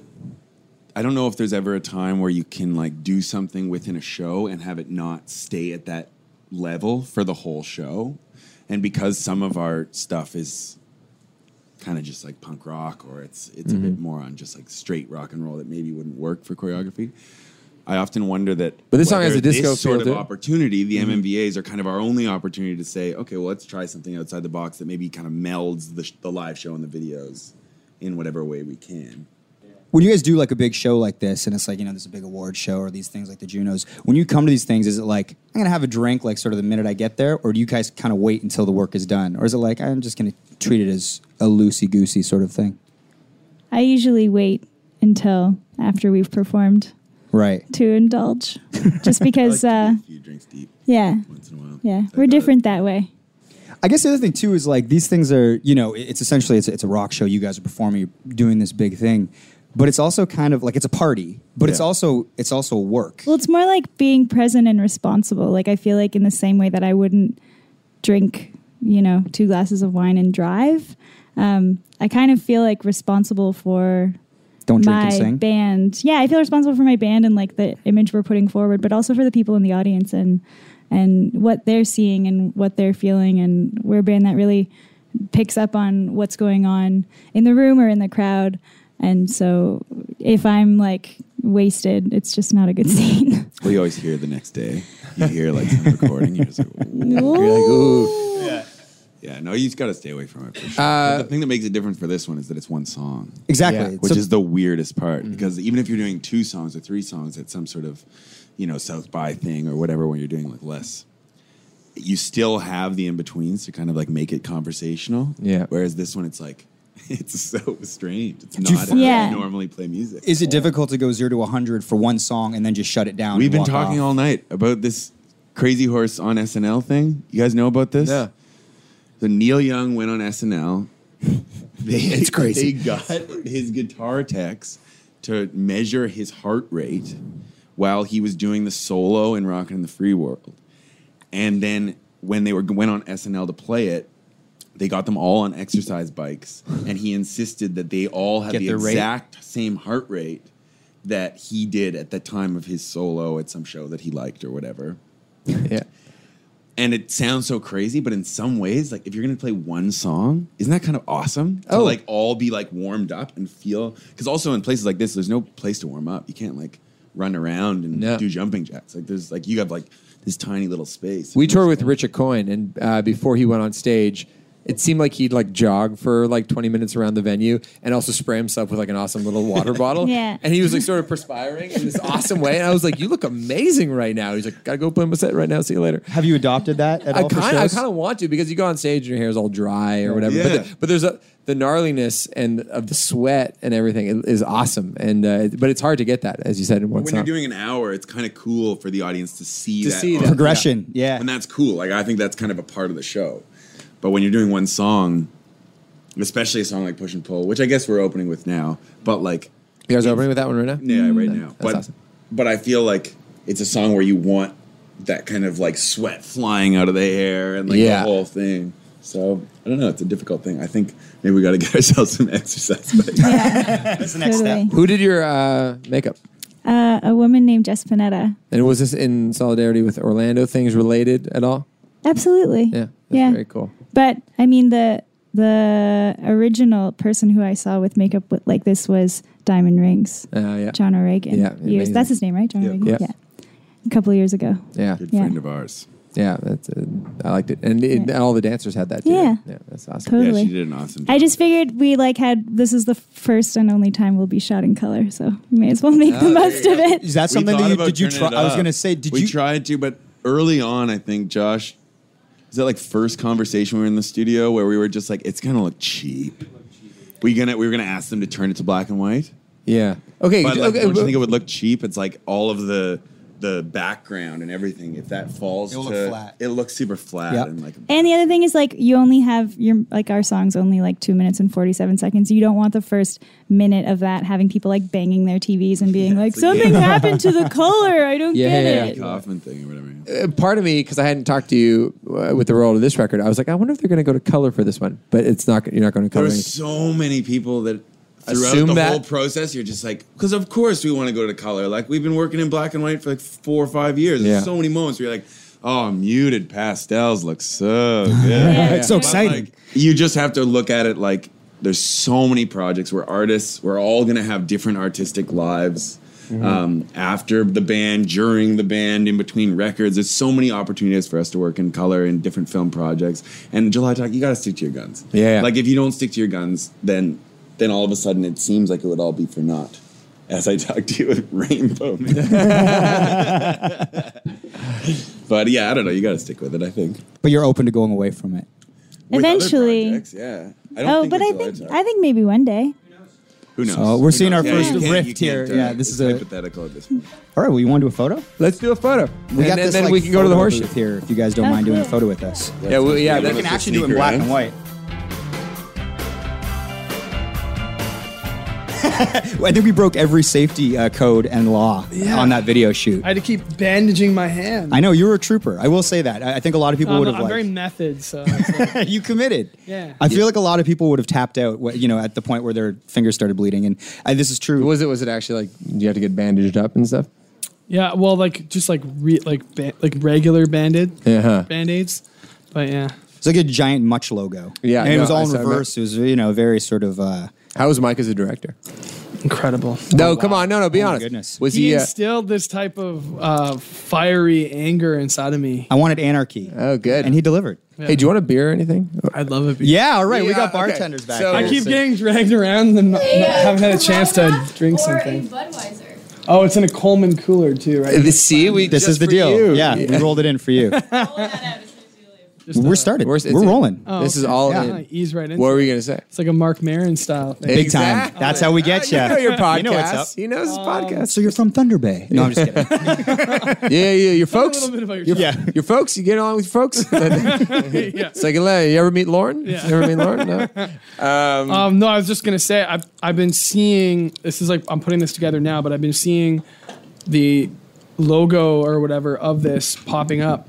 I don't know if there's ever a time where you can like do something within a show and have it not stay at that level for the whole show, and because some of our stuff is kind of just like punk rock or it's it's a bit more on just like straight rock and roll that maybe wouldn't work for choreography. I often wonder that.
But this song
whether
has a disco
this sort
feel
of
to it.
opportunity. The
Mhm.
MMVAs are kind of our only opportunity to say, okay, well, let's try something outside the box that maybe kind of melds the, sh- the live show and the videos in whatever way we can.
when you guys do like a big show like this and it's like you know there's a big award show or these things like the junos when you come to these things is it like i'm gonna have a drink like sort of the minute i get there or do you guys kind of wait until the work is done or is it like i'm just gonna treat it as a loosey goosey sort of thing
i usually wait until after we've performed
right
to indulge just because uh yeah yeah
uh,
we're different that way
I guess the other thing too is like these things are you know it- it's essentially it's, it's a rock show. You guys are performing, you're doing this big thing, but it's also kind of like it's a party, but it's
Yeah.
also it's also work.
Well, it's more like being present and responsible. Like I feel like in the same way that I wouldn't drink, you know, two glasses of wine and drive, um, I kind of feel like responsible for
Don't drink
my
and sing?
band. Yeah, I feel responsible for my band and like the image we're putting forward, but also for the people in the audience and and what they're seeing and what they're feeling. And we're a band that really picks up on what's going on in the room or in the crowd. And so if I'm like wasted, it's just not a good
Mm-hmm.
scene.
Well, you always hear the next day. You hear like some recording. You're just like,
Ooh.
You're like, ooh.
Yeah.
Yeah, no, you just got to stay away from it. For sure. But the thing that makes it different for this one is that it's one song.
Uh, Exactly. Yeah.
Which
So- Mm-hmm.
is the weirdest part because even if you're doing two songs or three songs at some sort of, you know, South by thing or whatever, when you're doing like less, you still have the in betweens to kind of like make it conversational.
Yeah.
Whereas this one, it's like, it's so strange. It's
Do you
not how
find-
yeah.
Yeah.
normally play music.
Is it difficult to go zero to hundred for one song and then just shut it down?
We've
and
been
walk
talking
off?
all night about this crazy horse on SNL thing. You guys know about this? Yeah. So Neil Young went on SNL. They,
It's crazy.
They got his guitar techs to measure his heart rate while he was doing the solo in Rockin' in the Free World. And then when they were went on SNL to play it, they got them all on exercise bikes, and he insisted that they all had
Get
the
their rate?
exact same heart rate that he did at the time of his solo at some show that he liked or whatever.
Yeah.
And it sounds so crazy, but in some ways, like if you're gonna play one song, isn't that kind of awesome? To
Oh.
like all be like warmed up and feel because also in places like this, there's no place to warm up. You can't like run around and do jumping jacks. Like there's like you have like this tiny little space.
We toured with Richard Cohen, and uh, before he went on stage, it seemed like he'd like jog for like 20 minutes around the venue and also spray himself with like an awesome little water bottle.
Yeah.
And he was like sort of perspiring in this awesome way. And I was like, You look amazing right now. He's like, Gotta go play my set right now. See you later.
Have you adopted that at
I
all? for
kind I
shows?
kind of want to because you go on stage and your hair's all dry or whatever.
Yeah.
But, the- but there's a the gnarliness and of the sweat and everything is awesome. And uh, it- but it's hard to get that as you said in one
when
song.
you're doing an hour, it's kind of cool for the audience to see
To
that
see
arc.
that, Progression,
Yeah.
and that's cool. Like I think that's kind of a part of the show. But when you're doing one song, especially a song like Push and Pull, which I guess we're opening with now, but like
you guys are opening with that one right now.
Yeah, right now.
That's
but
awesome.
but I feel like it's a song where you want that kind of like sweat flying out of the hair and like
Yeah.
the whole thing. So I don't know. It's a difficult thing. I think maybe we got to get ourselves some exercise. Back.
That's the next Totally. step.
Who did your uh, makeup?
Uh, a woman named Jess Panetta.
And was this in solidarity with Orlando? Things related at all?
Absolutely.
Yeah.
yeah.
Very cool.
But I mean, the the original person who I saw with makeup wi- like this was Diamond Rings,
Uh, yeah.
John O'Regan.
Yeah,
years.
amazing.
That's his name, right? John
Yeah.
O'Regan.
Yeah.
Yeah. A couple years ago.
Yeah.
Good Yeah. friend
of ours.
Yeah, that's, uh, I liked it, and, it, and all the dancers had that too.
Yeah.
that's awesome.
Totally. I
job.
just figured we like had this is the first and only time we'll be shot in color, so we may as well
Ah,
make the most of it.
Is that
We
something
thought
that you
about
did you
turning
try?
it
I was
up.
gonna say, did
we
you?
tried to, but early on, I think Josh. Is that like first conversation we were in the studio where we were just like, it's gonna look cheap. We gonna we were gonna ask them to turn it to black and white.
Yeah. Okay.
But like,
okay,
don't you
but-
think it would look cheap? It's like all of the the background and everything. If that falls,
It'll
to,
look flat.
It looks super flat
Yep.
and like
And the other thing is like you only have your like our songs only like two minutes and forty seven seconds. You don't want the first minute of that having people like banging their TVs and being like something happened to the color. I don't
Yeah,
get
yeah,
it.
yeah.
Kaufman thing or whatever.
Uh, part of me, because I hadn't talked to you uh, with the roll of this record, I was like, I wonder if they're going to go to color for this one, but it's not. You're not going to
There
color.
were
anything.
so many people that throughout
Assume
the
that-
whole process, you're just like, because of course we want to go to color. Like we've been working in black and white for like four or five years.
Yeah.
There's so many moments where you're like, oh, muted pastels look so good.
Yeah. It's so
But,
exciting.
like, you just have to look at it like there's so many projects. We're artists. We're all gonna have different artistic lives.
Mm-hmm.
Um, after the band, during the band, in between records, there's so many opportunities for us to work in color in different film projects. And July Talk, you got to stick to your guns.
Yeah.
Like if you don't stick to your guns, then then all of a sudden it seems like it would all be for naught. As I talk to you with Rainbow Man. but yeah, I don't know. You got to stick with it. I think.
But you're open to going away from it.
With other
Eventually.
projects, yeah. I don't
oh,
think
but
it's
I
a
think
lifetime.
I think maybe one day.
Who knows?
So Uh, we're
Who
seeing
knows?
our
Yeah,
first
you can't-
rift
you can't,
here.
uh,
yeah, this
it's
is a.
hypothetical at this
All right, well, you want to do a photo?
Let's do a photo.
We
And
got
then-
this,
then
like,
we can go to the
photo
horseshoe.
booth here if you guys don't
Oh,
mind doing a
cool.
photo with us.
Yeah, well, yeah, that's-
we can actually do it in black and white. I think we broke every safety uh, code and law
Yeah.
on that video shoot.
I had to keep bandaging my hand.
I know you were a trooper. I will say that. I, I think a lot of people
I'm,
would have
I'm
liked.
very method, so
you committed.
Yeah.
I feel like a lot of people would have tapped out, wh- you know, at the point where their fingers started bleeding, and I, this is true.
Was it? Was it actually like? You have to get bandaged up and stuff.
yeah, well, like just like re- like ba- like regular banded
Yeah. huh.
band aids, but yeah.
It's like a giant much logo.
Yeah,
and it
no,
was
I
all in
saw that.
reverse. It was you know very sort of. Uh,
How was Mike as a director?
Incredible.
No, come on, no, no, be
Oh, my
honest.
goodness.
Was
he
he? Uh,
instilled this type of uh, fiery anger inside of me.
I wanted anarchy.
Oh, good.
And he delivered.
Yeah.
Hey, do you want a beer or anything?
I'd love a beer.
Yeah, all right. we got bartenders back.
I
here.
keep getting dragged around and not, not- haven't had a chance to drink something. Oh, it's in a Coleman cooler too, right?
The Uh, see, we
This
just
is the
for
deal.
you.
Yeah, we rolled it in for you. we're started. We're,
We're- it's-
rolling.
uh, Oh,
This is
okay.
all
Yeah.
in.
Uh, ease right into
What were
it.
you gonna say?
It's like a Mark Maron style thing.
Big time. That's how we get you.
You know your podcast.
You know what's up.
He knows his
Um,
podcast.
So you're from Thunder Bay? No, I'm just kidding.
yeah, yeah. Your
Tell me a
folks.
little bit about your
your,
Yeah.
your folks. You get along with your folks.
yeah.
It's like, "Hey, you ever meet Lauren?
Yeah.
You ever meet Lauren? No. Um,
Um, no, I was just gonna say I've I've been seeing this is like I'm putting this together now, but I've been seeing the logo or whatever of this popping up.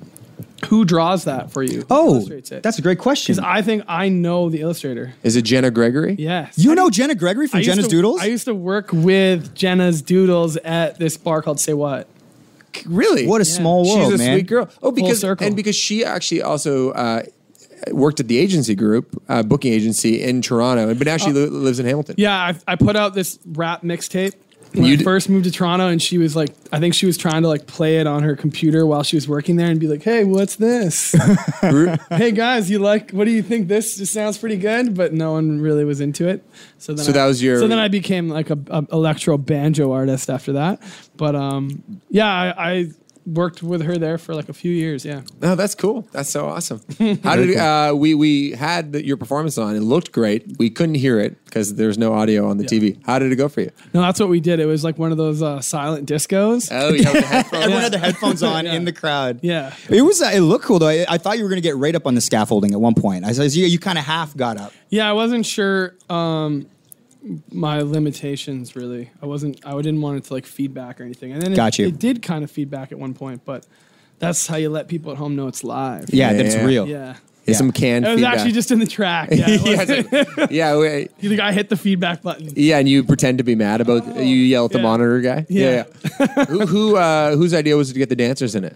Who draws that for you? Who
Oh,
illustrates it?
that's a great question.
because I think I know the illustrator.
Is it Jenna Gregory?
Yes.
You know Jenna Gregory from
I used
Jenna's
to-
Doodles?
I used to work with Jenna's Doodles at this bar called Say What.
Really?
What a small world,
She's a
man.
sweet girl. Oh,
Full
because
circle.
and because she actually also uh, worked at the agency group, uh, booking agency in Toronto, but
Oh.
now she li- lives in Hamilton.
Yeah, I, I put out this rap mixtape when
You
I
d-
first moved to Toronto, and she was like, I think she was trying to like play it on her computer while she was working there, and be like, "Hey, what's this? hey guys, you like? What do you think? This just sounds pretty good." But no one really was into it. So then,
So
I-
that was your-
So then I became like a, a electro banjo artist after that. But um, yeah, I, I worked with her there for like a few years. Yeah.
Oh, that's cool. That's so awesome. How did uh, we we had the, your performance on? It looked great. We couldn't hear it because there's no audio on the TV. How did it go for you?
No, that's what we did. It was like one of those uh, silent discos.
Oh, yeah. with the headphones.
Everyone had their headphones on in the crowd.
Yeah.
It was. Uh, it looked cool though. I, I thought you were going to get right up on the scaffolding at one point. I says, "Yeah, you kind of half got up."
Yeah, I wasn't sure um, my limitations really. I wasn't. I didn't want it to like feedback or anything. And then it,
Got you.
it did kind of feedback at one point, but that's how you let people at home know it's live.
Yeah, that it's real.
Yeah.
It's some canned
It was
feedback.
actually just in the track.
yeah,
Yeah, it was-
it's like- yeah, wait.
you think I hit the feedback button?
yeah, and you pretend to be mad about you yell at the monitor guy.
Oh, Yeah.
yeah. who who uh, whose idea was it to get the dancers in it?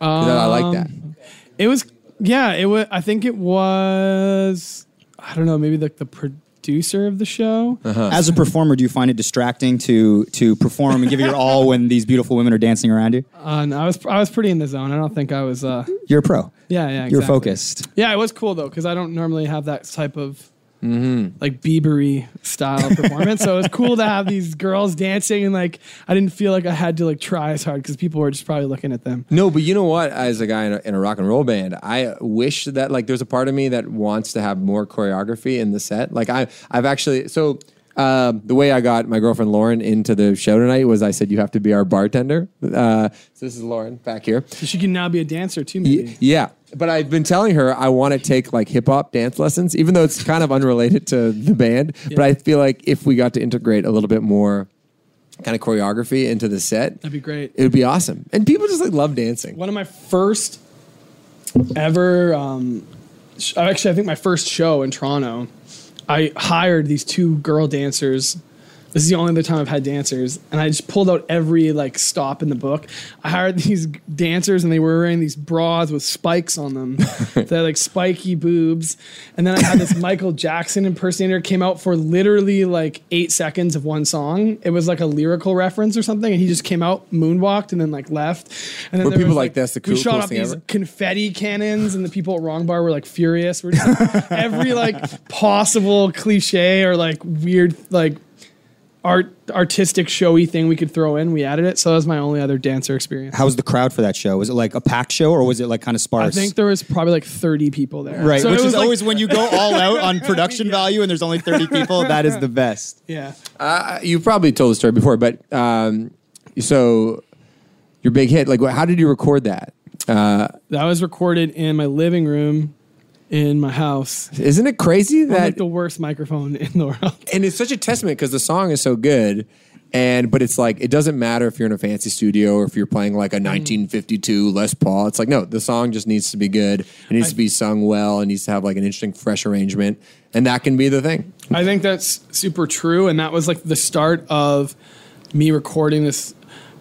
'Cause I like that.
Um, It was yeah. It was. I think it was. I don't know. Maybe like the producer of the show.
As a performer, do you find it distracting to to perform and give it your all when these beautiful women are dancing around you?
Uh, no, I was I was pretty in the zone. I don't think I was. Uh,
You're a pro.
yeah, yeah.
You're
exactly.
focused.
Yeah, it was cool though because I don't normally have that type of like Biebery style performance. so it was cool to have these girls dancing and like I didn't feel like I had to like try as hard because people were just probably looking at them.
No, but you know what? As a guy in a, in a rock and roll band, I wish that like there's a part of me that wants to have more choreography in the set. Like I, I've actually so. Um, the way I got my girlfriend Lauren into the show tonight was I said you have to be our bartender. Uh, so this is Lauren back here.
So she can now be a dancer too. Maybe.
Yeah, but I've been telling her I want to take like hip hop dance lessons, even though it's kind of unrelated to the band. But I feel like if we got to integrate a little bit more kind of choreography into the set,
That'd be great.
it would be awesome. And people just like love dancing.
One of my first ever, um, sh- actually, I think my first show in Toronto, I hired these two girl dancers. This is the only other time I've had dancers, and I just pulled out every like stop in the book. I hired these g- dancers, and they were wearing these bras with spikes on them. they had like spiky boobs, and then I had this Michael Jackson impersonator came out for literally like eight seconds of one song. It was like a lyrical reference or something, and he just came out, moonwalked, and then like left. And then
Were
there
people
was,
like, "That's the
we
cool-
shot
coolest
up
thing
these
ever?"
confetti cannons, and the people at Wrong Bar were like furious. We're just, every like possible cliche or like weird like art artistic showy thing we could throw in. We added it, so that was my only other dancer experience.
How was the crowd for that show? Was it like a packed show or was it like kind of
I
sparse?
think there was probably like thirty people there,
right,
So
which
it
is
was, like-
always when you go all out on production value and there's only 30 people, that is the best.
yeah.
Uh, you probably told the story before, but um, so your big hit, like, wh- how did you record that? Uh,
That was recorded in my living room in my house.
Isn't it crazy
On,
that-
like the worst microphone in the world?
and it's such a testament because the song is so good. And but it's like it doesn't matter if you're in a fancy studio or if you're playing like
Mm.
a 1952 Les Paul. It's like no, the song just needs to be good. It needs to be sung well. It needs to have like an interesting, fresh arrangement, and that can be the thing.
I think that's super true, and that was like the start of me recording this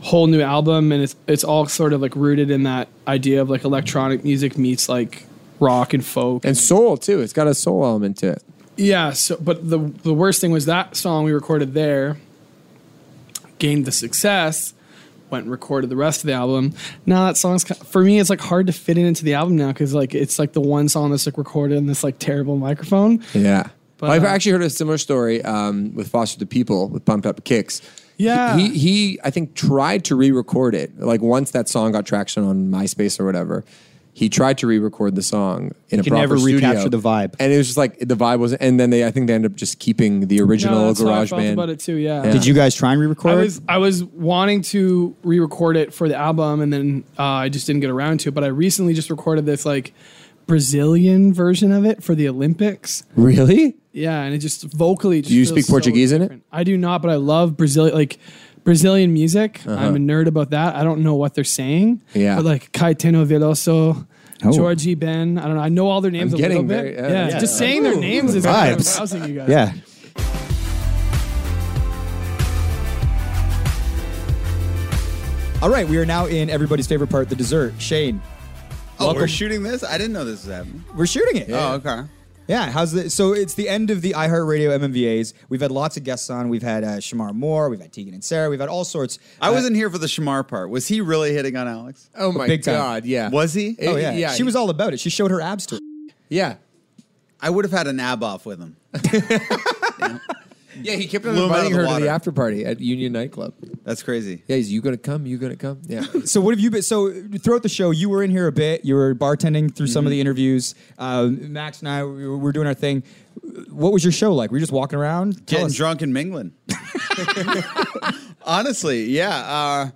whole new album, and it's it's all sort of like rooted in that idea of like electronic music meets like rock and folk
and soul too. It's got a soul element to it.
yeah. So, but the the worst thing was that song we recorded there gained the success, went and recorded the rest of the album. Now that song's ki- for me, it's like hard to fit it into the album now because like it's like the one song that's like recorded in this like terrible microphone.
Yeah.
But,
I've
uh,
actually heard a similar story um, with Foster the People with Pumped Up Kicks.
Yeah.
He, he, I think, tried to re record it. Like, once that song got traction on MySpace or whatever, he tried to re record the song in
He
a
could
proper
never
studio.
recapture the vibe.
And it was just like the vibe wasn't. And then they, I think they ended up just keeping the original
No, that's how I
Garage
felt
Band.
about it too, yeah.
Did you guys try and re
I
record
was I was wanting to re-record it for the album, and then uh, I just didn't get around to it. But I recently just recorded this like Brazilian version of it for the Olympics.
Really?
Yeah, and it just vocally. Just
Do you
feels
speak
so
Portuguese in it?
different. I do not, but I love Brazil like Brazilian music.
Uh-huh.
I'm a nerd about that. I don't know what they're saying.
Yeah.
but like Caetano Veloso.
Oh.
Georgie Ben, I don't know. I know all their names
I'm
a little
getting
bit.
very-
yeah,
yeah. Yeah.
just saying their
Ooh.
names is kind of
vibes?
arousing you guys.
Yeah. All right, we are now in everybody's favorite part, the dessert. Shane,
Oh,
welcome.
we're shooting this? I didn't know this was happening.
We're shooting it.
Oh, okay.
Yeah, how's the so it's the end of the iHeartRadio MMVAs. We've had lots of guests on. We've had uh, Shamar Moore, we've had Tegan and Sarah, we've had all sorts.
I
Uh,
wasn't here for the Shamar part. Was he really hitting on Alex?
Oh my
big time.
God. Yeah.
Was he?
Oh yeah. she was all about it. She showed her abs to.
Yeah.
I would have had an ab off with him.
Yeah, he kept on
Blew him out of
inviting
the
her to
water.
the after party at Union Nightclub.
That's crazy.
Yeah, he's, you gonna come? You gonna come? Yeah.
So what have you been? So throughout the show, you were in here a bit. You were bartending through some of the interviews. Um, Max and I we were we were doing our thing. What was your show like? Were you just walking around? Tell
Getting
us.
drunk and mingling. Honestly, yeah. Uh,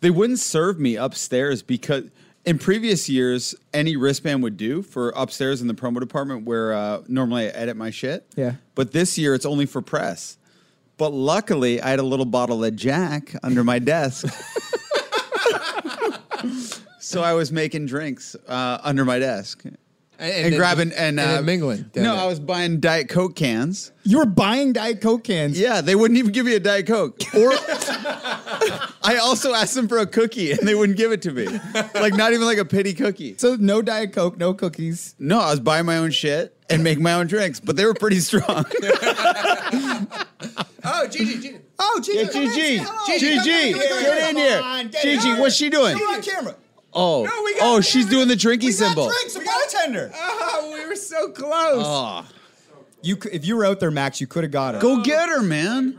they wouldn't serve me upstairs because in previous years, any wristband would do for upstairs in the promo department where uh, normally I edit my shit.
Yeah.
But this year, it's only for press. But luckily, I had a little bottle of Jack under my desk. so I was making drinks uh, under my desk.
And,
and,
then-
grabbing and,
and
uh,
then mingling down
No,
there.
I was buying Diet Coke cans.
You were buying Diet Coke cans.
Yeah, they wouldn't even give me a Diet Coke. Or I also asked them for a cookie, and they wouldn't give it to me. Like not even like a pity cookie.
So no Diet Coke, no cookies.
No, I was buying my own shit and making my own drinks, but they were pretty strong.
Oh, Gigi, Gigi.
Oh,
Gigi, Get come in, Gigi. say hello. Gigi, Gigi, Come on, come on, get in come here. on, get Gigi, in. what's she doing? You're on
camera.
Oh, oh, she's doing the drinky symbol.
a bartender.
Oh, we were so close.
Oh.
You, c- if you were out there, Max, you could have got her.
Go get her, man.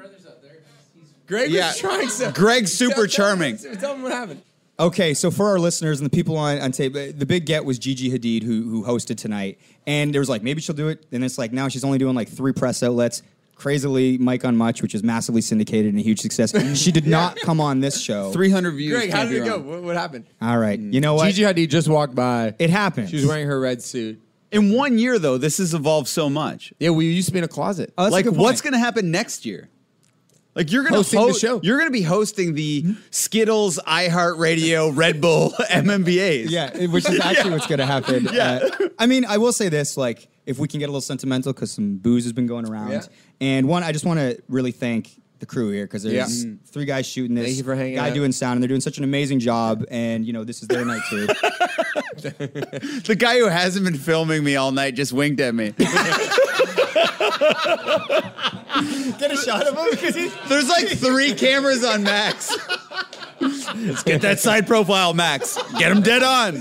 Greg
Yeah.
was trying so.
Greg's super
Tell- tell
charming.
him- Tell him what happened.
Okay, so for our listeners and the people on, on tape, the big get was Gigi Hadid who who hosted tonight, and there was like maybe she'll do it, and it's like now she's only doing like three press outlets. Crazily, Mike on Much, which was massively syndicated and a huge success. She did not come on this show.
300 views.
Greg, how
can't
did
be
it go?
wrong.
What, what happened?
All right, you know what?
Gigi Hadid just walked by.
It happened.
She was wearing her red suit.
In one year, though, this has evolved so much.
Yeah, we used to be in a closet.
Oh, that's a
like,
good point.
what's going to happen next year? Like, you're going to
Hosting the show.
You're going to be hosting the Skittles, iHeartRadio, Red Bull, MMBAs.
Yeah, it- which is actually what's going to happen. Uh, I mean, I will say this: like, if we can get a little sentimental, because some booze has been going around,
Yeah.
and one, I just want to really thank the crew here because there's Mm.
Yeah.
three guys shooting this,
Thank you for hanging
guy
out.
doing sound, and they're doing such an amazing job. And you know, this is their night too.
The guy who hasn't been filming me all night just winked at me.
Get a shot of him.
There's like three cameras on Max. Let's get that side profile, Max. Get him dead on.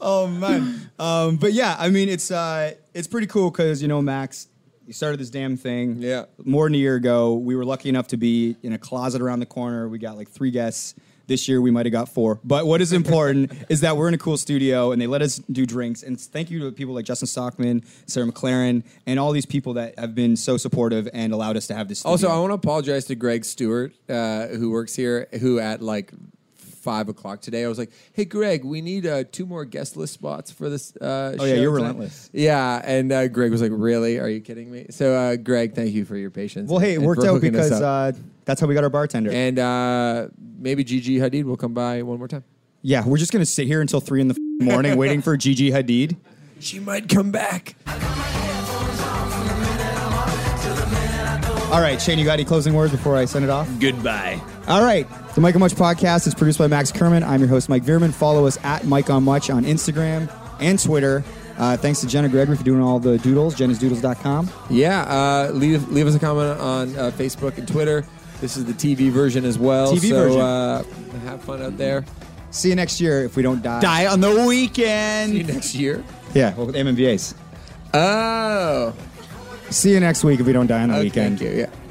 oh man, um, but yeah, I mean, it's uh, it's pretty cool because you know, Max. You started this damn thing.
Yeah.
More than a year ago, we were lucky enough to be in a closet around the corner. We got like three guests. This year, we might have got four. But what is important is that we're in a cool studio and they let us do drinks. And thank you to people like Justin Stockman, Sarah McLaren, and all these people that have been so supportive and allowed us to have this. Studio.
Also, I want to apologize to Greg Stewart, uh, who works here, who at like five o'clock today, I was like, "Hey, Greg, we need uh, two more guest list spots for this." Uh,
Oh, yeah,
show
you're
tonight."
relentless.
Yeah, and uh, Greg was like, "Really? Are you kidding me?" So, uh, Greg, thank you for your patience.
well, hey, it
and
worked
for
out
hooking us
because
up.
uh, that's how we got our bartender.
and uh, maybe Gigi Hadid will come by one more time.
yeah, we're just going to sit here until three in the morning waiting for Gigi Hadid.
She might come back.
All right, Shane, you got any closing words before I send it off?
Goodbye.
All right. The Mike on Much podcast is produced by Max Kerman. I'm your host, Mike Vierman. Follow us at Mike on Much on Instagram and Twitter. Uh, thanks to Jenna Gregory for doing all the doodles, jennasdoodles.com.
Yeah, uh, leave leave us a comment on uh, Facebook and Twitter. This is the TV version as well.
TV
so,
version.
Uh, have fun out there.
See you next year if we don't die.
Die on the
See you
weekend.
next year.
Yeah, well, with MMVAs.
Oh,
See you next week if we don't die on the
okay,
weekend.
Oh. Thank you. Yeah.